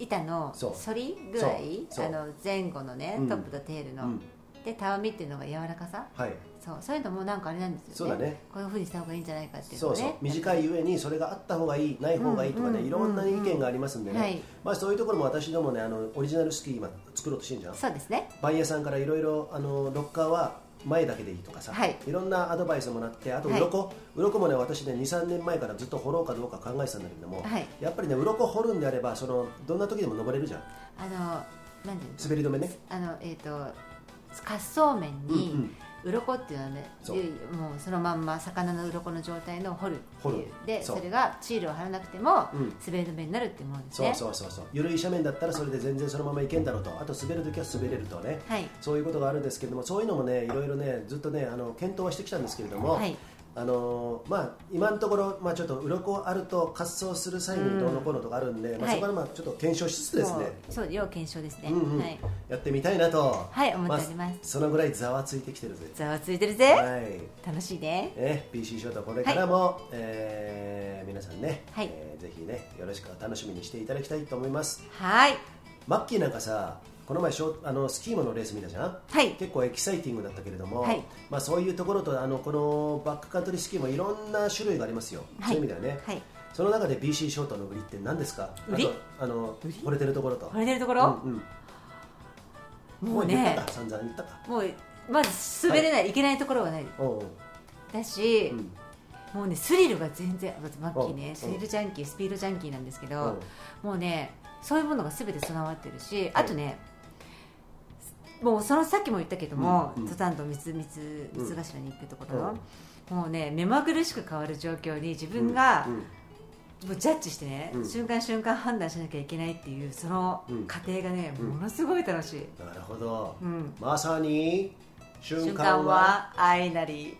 Speaker 2: 板の
Speaker 1: そう
Speaker 2: 反り具合
Speaker 1: そうそう
Speaker 2: あの前後のね、
Speaker 1: うん
Speaker 2: トップとテールの、
Speaker 1: うん
Speaker 2: でたわみっていうのが柔らかさ
Speaker 1: はい
Speaker 2: そうそういうのもなんかあれなんですよね
Speaker 1: そうだね
Speaker 2: こういうふうにした方がいいんじゃないかっていうの
Speaker 1: そう
Speaker 2: ね
Speaker 1: そう短い上にそれがあった方がいいない方がいいとかね、
Speaker 2: うん
Speaker 1: いろんな意見がありますんでね、
Speaker 2: はい
Speaker 1: まあ、そういうところも私どもねあのオリジナルスキー今作ろうとしてんじゃん
Speaker 2: そうですね
Speaker 1: バイヤーさんからいろいろあのロッカーは前だけでいいとかさ、
Speaker 2: はい
Speaker 1: ろんなアドバイスもらってあと
Speaker 2: はい
Speaker 1: 鱗、鱗もね私ね23年前からずっと掘ろうかどうか考えてたんだけども、
Speaker 2: はい
Speaker 1: やっぱりね鱗掘るんであればそのどんな時でも登れるじゃん
Speaker 2: あのなんていうの
Speaker 1: 滑り止めね
Speaker 2: あのえっ、と滑走面に、
Speaker 1: うんうん
Speaker 2: 鱗っていうのはね
Speaker 1: そう
Speaker 2: いもうそのまんま魚の鱗の状態のを掘るって
Speaker 1: 掘
Speaker 2: い
Speaker 1: る
Speaker 2: うで
Speaker 1: そう
Speaker 2: それがチールを張らなくても
Speaker 1: うん
Speaker 2: 滑り止めになるっていうものです
Speaker 1: そう
Speaker 2: ね
Speaker 1: そうそうそう緩い斜面だったらそれで全然そのままいけんだろうとあと滑るときは滑れるとね、
Speaker 2: はい
Speaker 1: そういうことがあるんですけれどもそういうのもねいろいろねずっとねあの検討はしてきたんですけれども、
Speaker 2: はい
Speaker 1: あのーまあ、今のところ、まあ、ちょっと鱗あると滑走する際にどうのこうのとかあるんで、まあ、
Speaker 2: はい
Speaker 1: そこはまあちょっと検証しつつですね、
Speaker 2: そうそう要検証ですね、
Speaker 1: うんうん
Speaker 2: はい
Speaker 1: やってみたいなと、
Speaker 2: はい思っております
Speaker 1: そのぐらいざわついてきてるぜ、
Speaker 2: ざわついてるぜ、
Speaker 1: はい
Speaker 2: 楽しいね
Speaker 1: ね、PC ショートこれからも、えー皆さんね、
Speaker 2: はい
Speaker 1: えーぜひねよろしくお楽しみにしていただきたいと思います
Speaker 2: はい
Speaker 1: マッキーなんかさこの前ショーあのスキーモのレース見たじゃん
Speaker 2: はい
Speaker 1: 結構エキサイティングだったけれども、
Speaker 2: はい
Speaker 1: まあ、そういうところとあのこのバックカントリースキーもいろんな種類がありますよ、
Speaker 2: はい
Speaker 1: そういう意味ではね、
Speaker 2: はい
Speaker 1: その中で BC ショートの売りって何ですか
Speaker 2: 売
Speaker 1: あ
Speaker 2: り
Speaker 1: とあの
Speaker 2: 売り
Speaker 1: 惚れてるところと
Speaker 2: 惚れてるところ、
Speaker 1: うんうん、
Speaker 2: もう
Speaker 1: 言っ
Speaker 2: ね
Speaker 1: たか散々言ったか
Speaker 2: もうまず滑れない、い、けないところはない
Speaker 1: おうおう
Speaker 2: だし、
Speaker 1: うん
Speaker 2: もうねスリルが全然まずマッキー
Speaker 1: う
Speaker 2: ね
Speaker 1: ん
Speaker 2: スリルジャンキースピードジャンキーなんですけ
Speaker 1: うん
Speaker 2: どもうねそういうものが全て備わってるしあとねもうそのさっきも言ったけども、
Speaker 1: うんうん
Speaker 2: 登山道三つ三つ
Speaker 1: うん
Speaker 2: 三つ頭に行くところ、もうね目まぐるしく変わる状況に自分が、
Speaker 1: うん
Speaker 2: もうジャッジしてね、
Speaker 1: うん
Speaker 2: 瞬間瞬間判断しなきゃいけないっていうその
Speaker 1: うん
Speaker 2: 過程がね、
Speaker 1: うん
Speaker 2: ものすごい楽しい、
Speaker 1: なるほど、
Speaker 2: うん、
Speaker 1: まさに瞬
Speaker 2: 瞬
Speaker 1: 間
Speaker 2: 間
Speaker 1: は
Speaker 2: は愛なり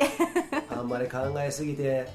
Speaker 1: あんまり考えすぎて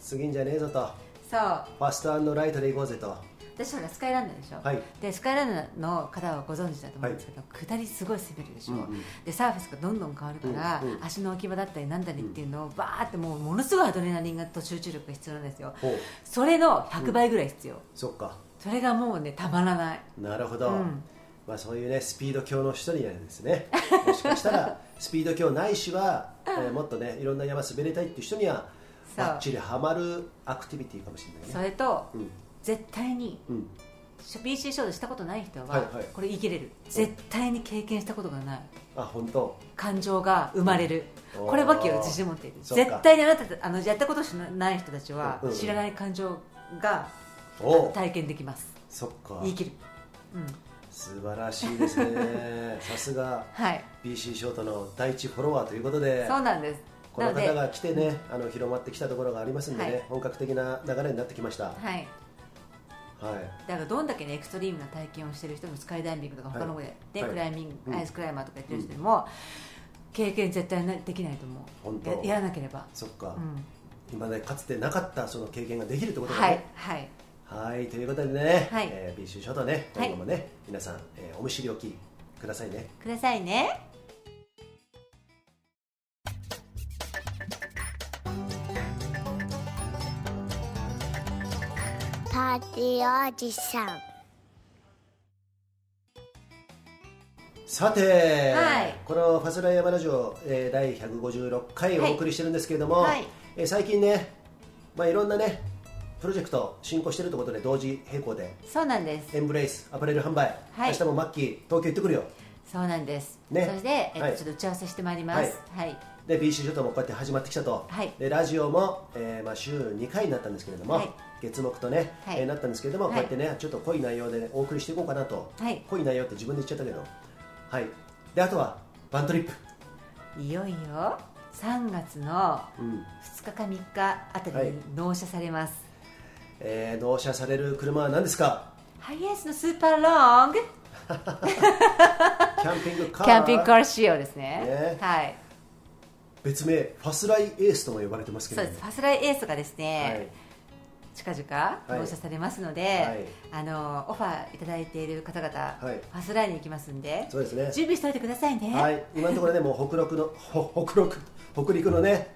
Speaker 1: すぎんじゃねえぞと
Speaker 2: そう
Speaker 1: ファストライトで行こうぜと
Speaker 2: 私ほらスカイランドでしょ、
Speaker 1: はい
Speaker 2: でスカイランドの方はご存知だと思うんですけど、下りすごい滑るでしょ、
Speaker 1: うんうん
Speaker 2: でサーフェスがどんどん変わるから、
Speaker 1: うんうん
Speaker 2: 足の置き場だったりなんだりっていうのをバーってもうものすごいアドレナリンがと集中力が必要なんですよ
Speaker 1: ほう
Speaker 2: それの100倍ぐらい必要、
Speaker 1: そっか
Speaker 2: それがもうねたまらない
Speaker 1: なるほど、
Speaker 2: うん
Speaker 1: まあ、そういうねスピード強の人にはですねもしかした らスピード強ないしは、えーもっとねいろんな山滑りたいっていう人には
Speaker 2: そう
Speaker 1: バッチリハマるアクティビティかもしれない
Speaker 2: そ
Speaker 1: ね
Speaker 2: れと、
Speaker 1: うん
Speaker 2: 絶対に
Speaker 1: うん、
Speaker 2: BC ショートしたことない人は、
Speaker 1: はいはい
Speaker 2: これ言い切れる絶対に経験したことがない
Speaker 1: あ本当
Speaker 2: 感情が生まれる、
Speaker 1: うん
Speaker 2: こればっきは自信持っている
Speaker 1: そうか
Speaker 2: 絶対にあなたたあのやったことしない人たちは
Speaker 1: うんうん
Speaker 2: 知らない感情が
Speaker 1: おう
Speaker 2: 体験できます、
Speaker 1: そっか
Speaker 2: 言い切る、うん、
Speaker 1: 素晴らしいです ねさすが
Speaker 2: はい
Speaker 1: BC ショートの第一フォロワーということで
Speaker 2: そうなんです
Speaker 1: この
Speaker 2: な
Speaker 1: 方
Speaker 2: ので
Speaker 1: が来てねあの広まってきたところがありますんでね、
Speaker 2: はい
Speaker 1: 本格的な流れになってきましたは
Speaker 2: はい
Speaker 1: い
Speaker 2: だからどんだけねエクストリームな体験をしてる人もスカイダイビングとか他のことやって、
Speaker 1: はい
Speaker 2: クライミング、
Speaker 1: うん
Speaker 2: アイスクライマーとかやってる人でも、経験絶対なできないと思う
Speaker 1: 本当
Speaker 2: ややらなければ、
Speaker 1: そっか、
Speaker 2: うん、
Speaker 1: 今ねかつてなかったその経験ができるってことだね、
Speaker 2: はいはい
Speaker 1: はい、ということでね、
Speaker 2: はい
Speaker 1: えー、ビーシュショートね、今
Speaker 2: はい
Speaker 1: 後もね、皆さん、えーお見知りおきくださいね。
Speaker 2: くださいね
Speaker 4: パーティーおじさん
Speaker 1: さて、
Speaker 2: はい
Speaker 1: このファスライヤマラジオ、えー、第156回
Speaker 2: はい
Speaker 1: お送りしてるんですけれども、
Speaker 2: はい
Speaker 1: えー最近ね、まあ、いろんなね、プロジェクト進行してるということで、同時並行で、
Speaker 2: そうなんです
Speaker 1: エンブレイス、アパレル販売、
Speaker 2: はい
Speaker 1: 明日もマッキー、東京行ってくるよ。
Speaker 2: そうなんです、
Speaker 1: ね
Speaker 2: それで、えっと
Speaker 1: はい
Speaker 2: ちょっと打ち合わせしてまいりますはい、
Speaker 1: で BC 諸島もこうやって始まってきたと、
Speaker 2: はい
Speaker 1: でラジオも、えーまあ、週2回になったんですけれども、
Speaker 2: はい
Speaker 1: 月目とね、
Speaker 2: はい
Speaker 1: えーなったんですけれども、
Speaker 2: はい
Speaker 1: こうやってねちょっと濃い内容でね、お送りしていこうかなと、
Speaker 2: はい
Speaker 1: 濃い内容って自分で言っちゃったけど、はい、であとはバントリップ、
Speaker 2: い、よいよ3月の
Speaker 1: うん
Speaker 2: 2日か3日あたりに納車されます、
Speaker 1: えー納車される車は何です か
Speaker 2: ハイエースのスーパーロング
Speaker 1: キャンピングカ
Speaker 2: キ
Speaker 1: ー
Speaker 2: ャンピングカー仕様ですね
Speaker 1: ね
Speaker 2: はい
Speaker 1: 別名ファスライエースとも呼ばれてますけ
Speaker 2: そ
Speaker 1: れ
Speaker 2: う
Speaker 1: ど
Speaker 2: で
Speaker 1: も
Speaker 2: すファスライエースがですね、
Speaker 1: はい
Speaker 2: 近々
Speaker 1: はい
Speaker 2: 納車されますので、
Speaker 1: はい
Speaker 2: あのオファーいただいている方々、
Speaker 1: い
Speaker 2: ファスライに行きますんで
Speaker 1: そうですね
Speaker 2: 準備しておいてくださいね
Speaker 1: はい、今のところねもう北陸のほ北陸北陸のね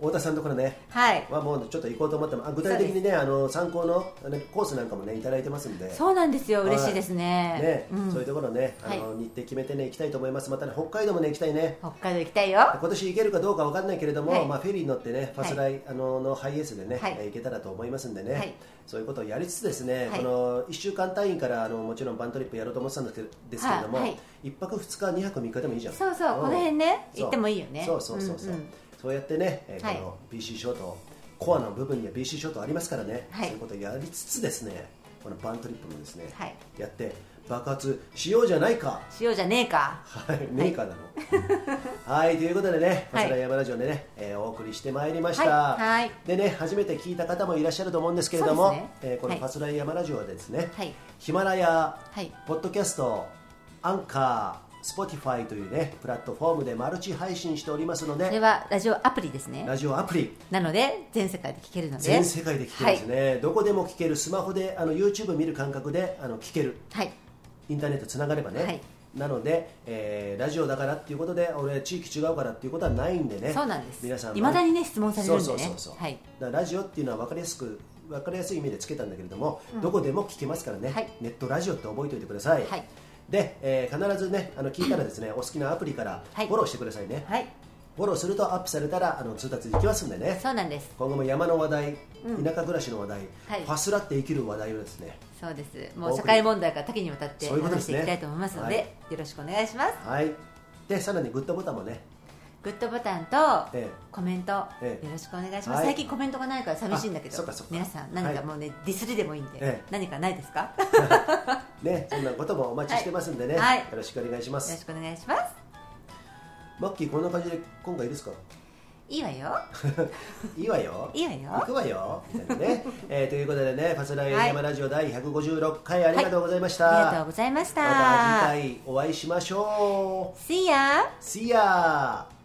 Speaker 1: 太田さんのところね
Speaker 2: はい
Speaker 1: はもうちょっと行こうと思ってもあ具体的にねあの参考のあのコースなんかもねいただいてますんで
Speaker 2: そうなんですよ
Speaker 1: はい
Speaker 2: 嬉しいですね,、
Speaker 1: ね
Speaker 2: うん
Speaker 1: そういうところねあの、
Speaker 2: は
Speaker 1: 日程決めてね行きたいと思いますまたね北海道もね行きたいね
Speaker 2: 北海道行きたいよ
Speaker 1: 今年行けるかどうかわかんないけれども、
Speaker 2: はい
Speaker 1: まあ、フェリーに乗ってねファスライ、あののハイエースでね、
Speaker 2: はい
Speaker 1: えー行けたらと思いますんでね、
Speaker 2: はい
Speaker 1: そういうことをやりつつですね、
Speaker 2: はい
Speaker 1: この1週間単位からあのもちろんバントリップやろうと思ってたんですけどですけれども、
Speaker 2: はいはい
Speaker 1: 1泊2日2泊3日でもいいじゃん
Speaker 2: そうそうんこの辺ね
Speaker 1: そう
Speaker 2: 行ってもいいよね
Speaker 1: そうそうそうそう、
Speaker 2: うんうん
Speaker 1: そうやってね、えー
Speaker 2: はい
Speaker 1: この BC ショートコアの部分には BC ショートありますからね、
Speaker 2: はい
Speaker 1: そういうことをやりつつですねこのバントリップもですね、
Speaker 2: はい
Speaker 1: やって爆発しようじゃないか
Speaker 2: しようじゃねえか
Speaker 1: はい、メーカーなの。はい、ということでね、
Speaker 2: はい
Speaker 1: マサラ山ラジオでね、えーお送りしてまいりました。
Speaker 2: はいはい
Speaker 1: でね、初めて聞いた方もいらっしゃると思うんですけれども、
Speaker 2: そうですね
Speaker 1: えーこの
Speaker 2: はい
Speaker 1: パスライ山ラジオはですね、
Speaker 2: はい
Speaker 1: ヒマラヤ、
Speaker 2: はい
Speaker 1: ポッドキャスト、アンカー、スポティファイというね、プラットフォームでマルチ配信しておりますの
Speaker 2: それ
Speaker 1: で、
Speaker 2: はラジオアプリですね
Speaker 1: ラジオアプリ、
Speaker 2: なので全世界で聞けるので
Speaker 1: 全世界で聞けるんですね、どこでも聞ける、スマホであの YouTube 見る感覚であの聞ける。
Speaker 2: はい、はい
Speaker 1: インターネットつながればね、
Speaker 2: はい
Speaker 1: なので、えーラジオだからっていうことで俺地域違うからっていうことはないんでね
Speaker 2: そうなんです
Speaker 1: 皆さん
Speaker 2: いまだにね質問されるんでね
Speaker 1: そうそうそうそう
Speaker 2: はい
Speaker 1: だからラジオっていうのは分かりやすく分かりやすい意味でつけたんだけれども、どこでも聞けますからね、
Speaker 2: はい
Speaker 1: ネットラジオって覚えておいてください、
Speaker 2: はい
Speaker 1: で、えー必ずねあの聞いたらですね、お好きなアプリからフ
Speaker 2: はい
Speaker 1: ォローしてくださいね、
Speaker 2: はい、
Speaker 1: フォローするとアップされたらあの通達できますんでね
Speaker 2: そうなんです
Speaker 1: 今後も山の話題、田舎暮らしの話題、
Speaker 2: はい
Speaker 1: ファスラって生きる話題をですね
Speaker 2: そうですもう社会問題が多岐にわたって
Speaker 1: そういうことで
Speaker 2: 話し
Speaker 1: す
Speaker 2: て
Speaker 1: ね
Speaker 2: いきたいと思いますので
Speaker 1: はい
Speaker 2: よろしくお願いします
Speaker 1: はいでさらにグッドボタンもね
Speaker 2: グッドボタンと
Speaker 1: ええ
Speaker 2: コメント、
Speaker 1: ええ
Speaker 2: よろしくお願いします、
Speaker 1: はい
Speaker 2: 最近コメントがないから寂しいんだけ
Speaker 1: あ
Speaker 2: ど
Speaker 1: そっかそっか
Speaker 2: 皆さん何
Speaker 1: は
Speaker 2: か
Speaker 1: い
Speaker 2: もうね、ディスりでもいいんで、
Speaker 1: ええ
Speaker 2: 何かないですかよ
Speaker 1: ね、そんなこともお待ちしてますんでね、
Speaker 2: はい
Speaker 1: よろしくお願いしま
Speaker 2: ろ
Speaker 1: す。
Speaker 2: しくお願いします
Speaker 1: マッキー、こんな感じで今回いいですか
Speaker 2: いいわよ
Speaker 1: いいわよ。
Speaker 2: いいわよ
Speaker 1: 行くわよ。みたいな ね、えーということでね、パスライ
Speaker 2: はい
Speaker 1: 山ラジオ第156回ありがとうございました。
Speaker 2: ありがとうございました
Speaker 1: また次回お会いしましょう。
Speaker 2: See ya!
Speaker 1: See ya!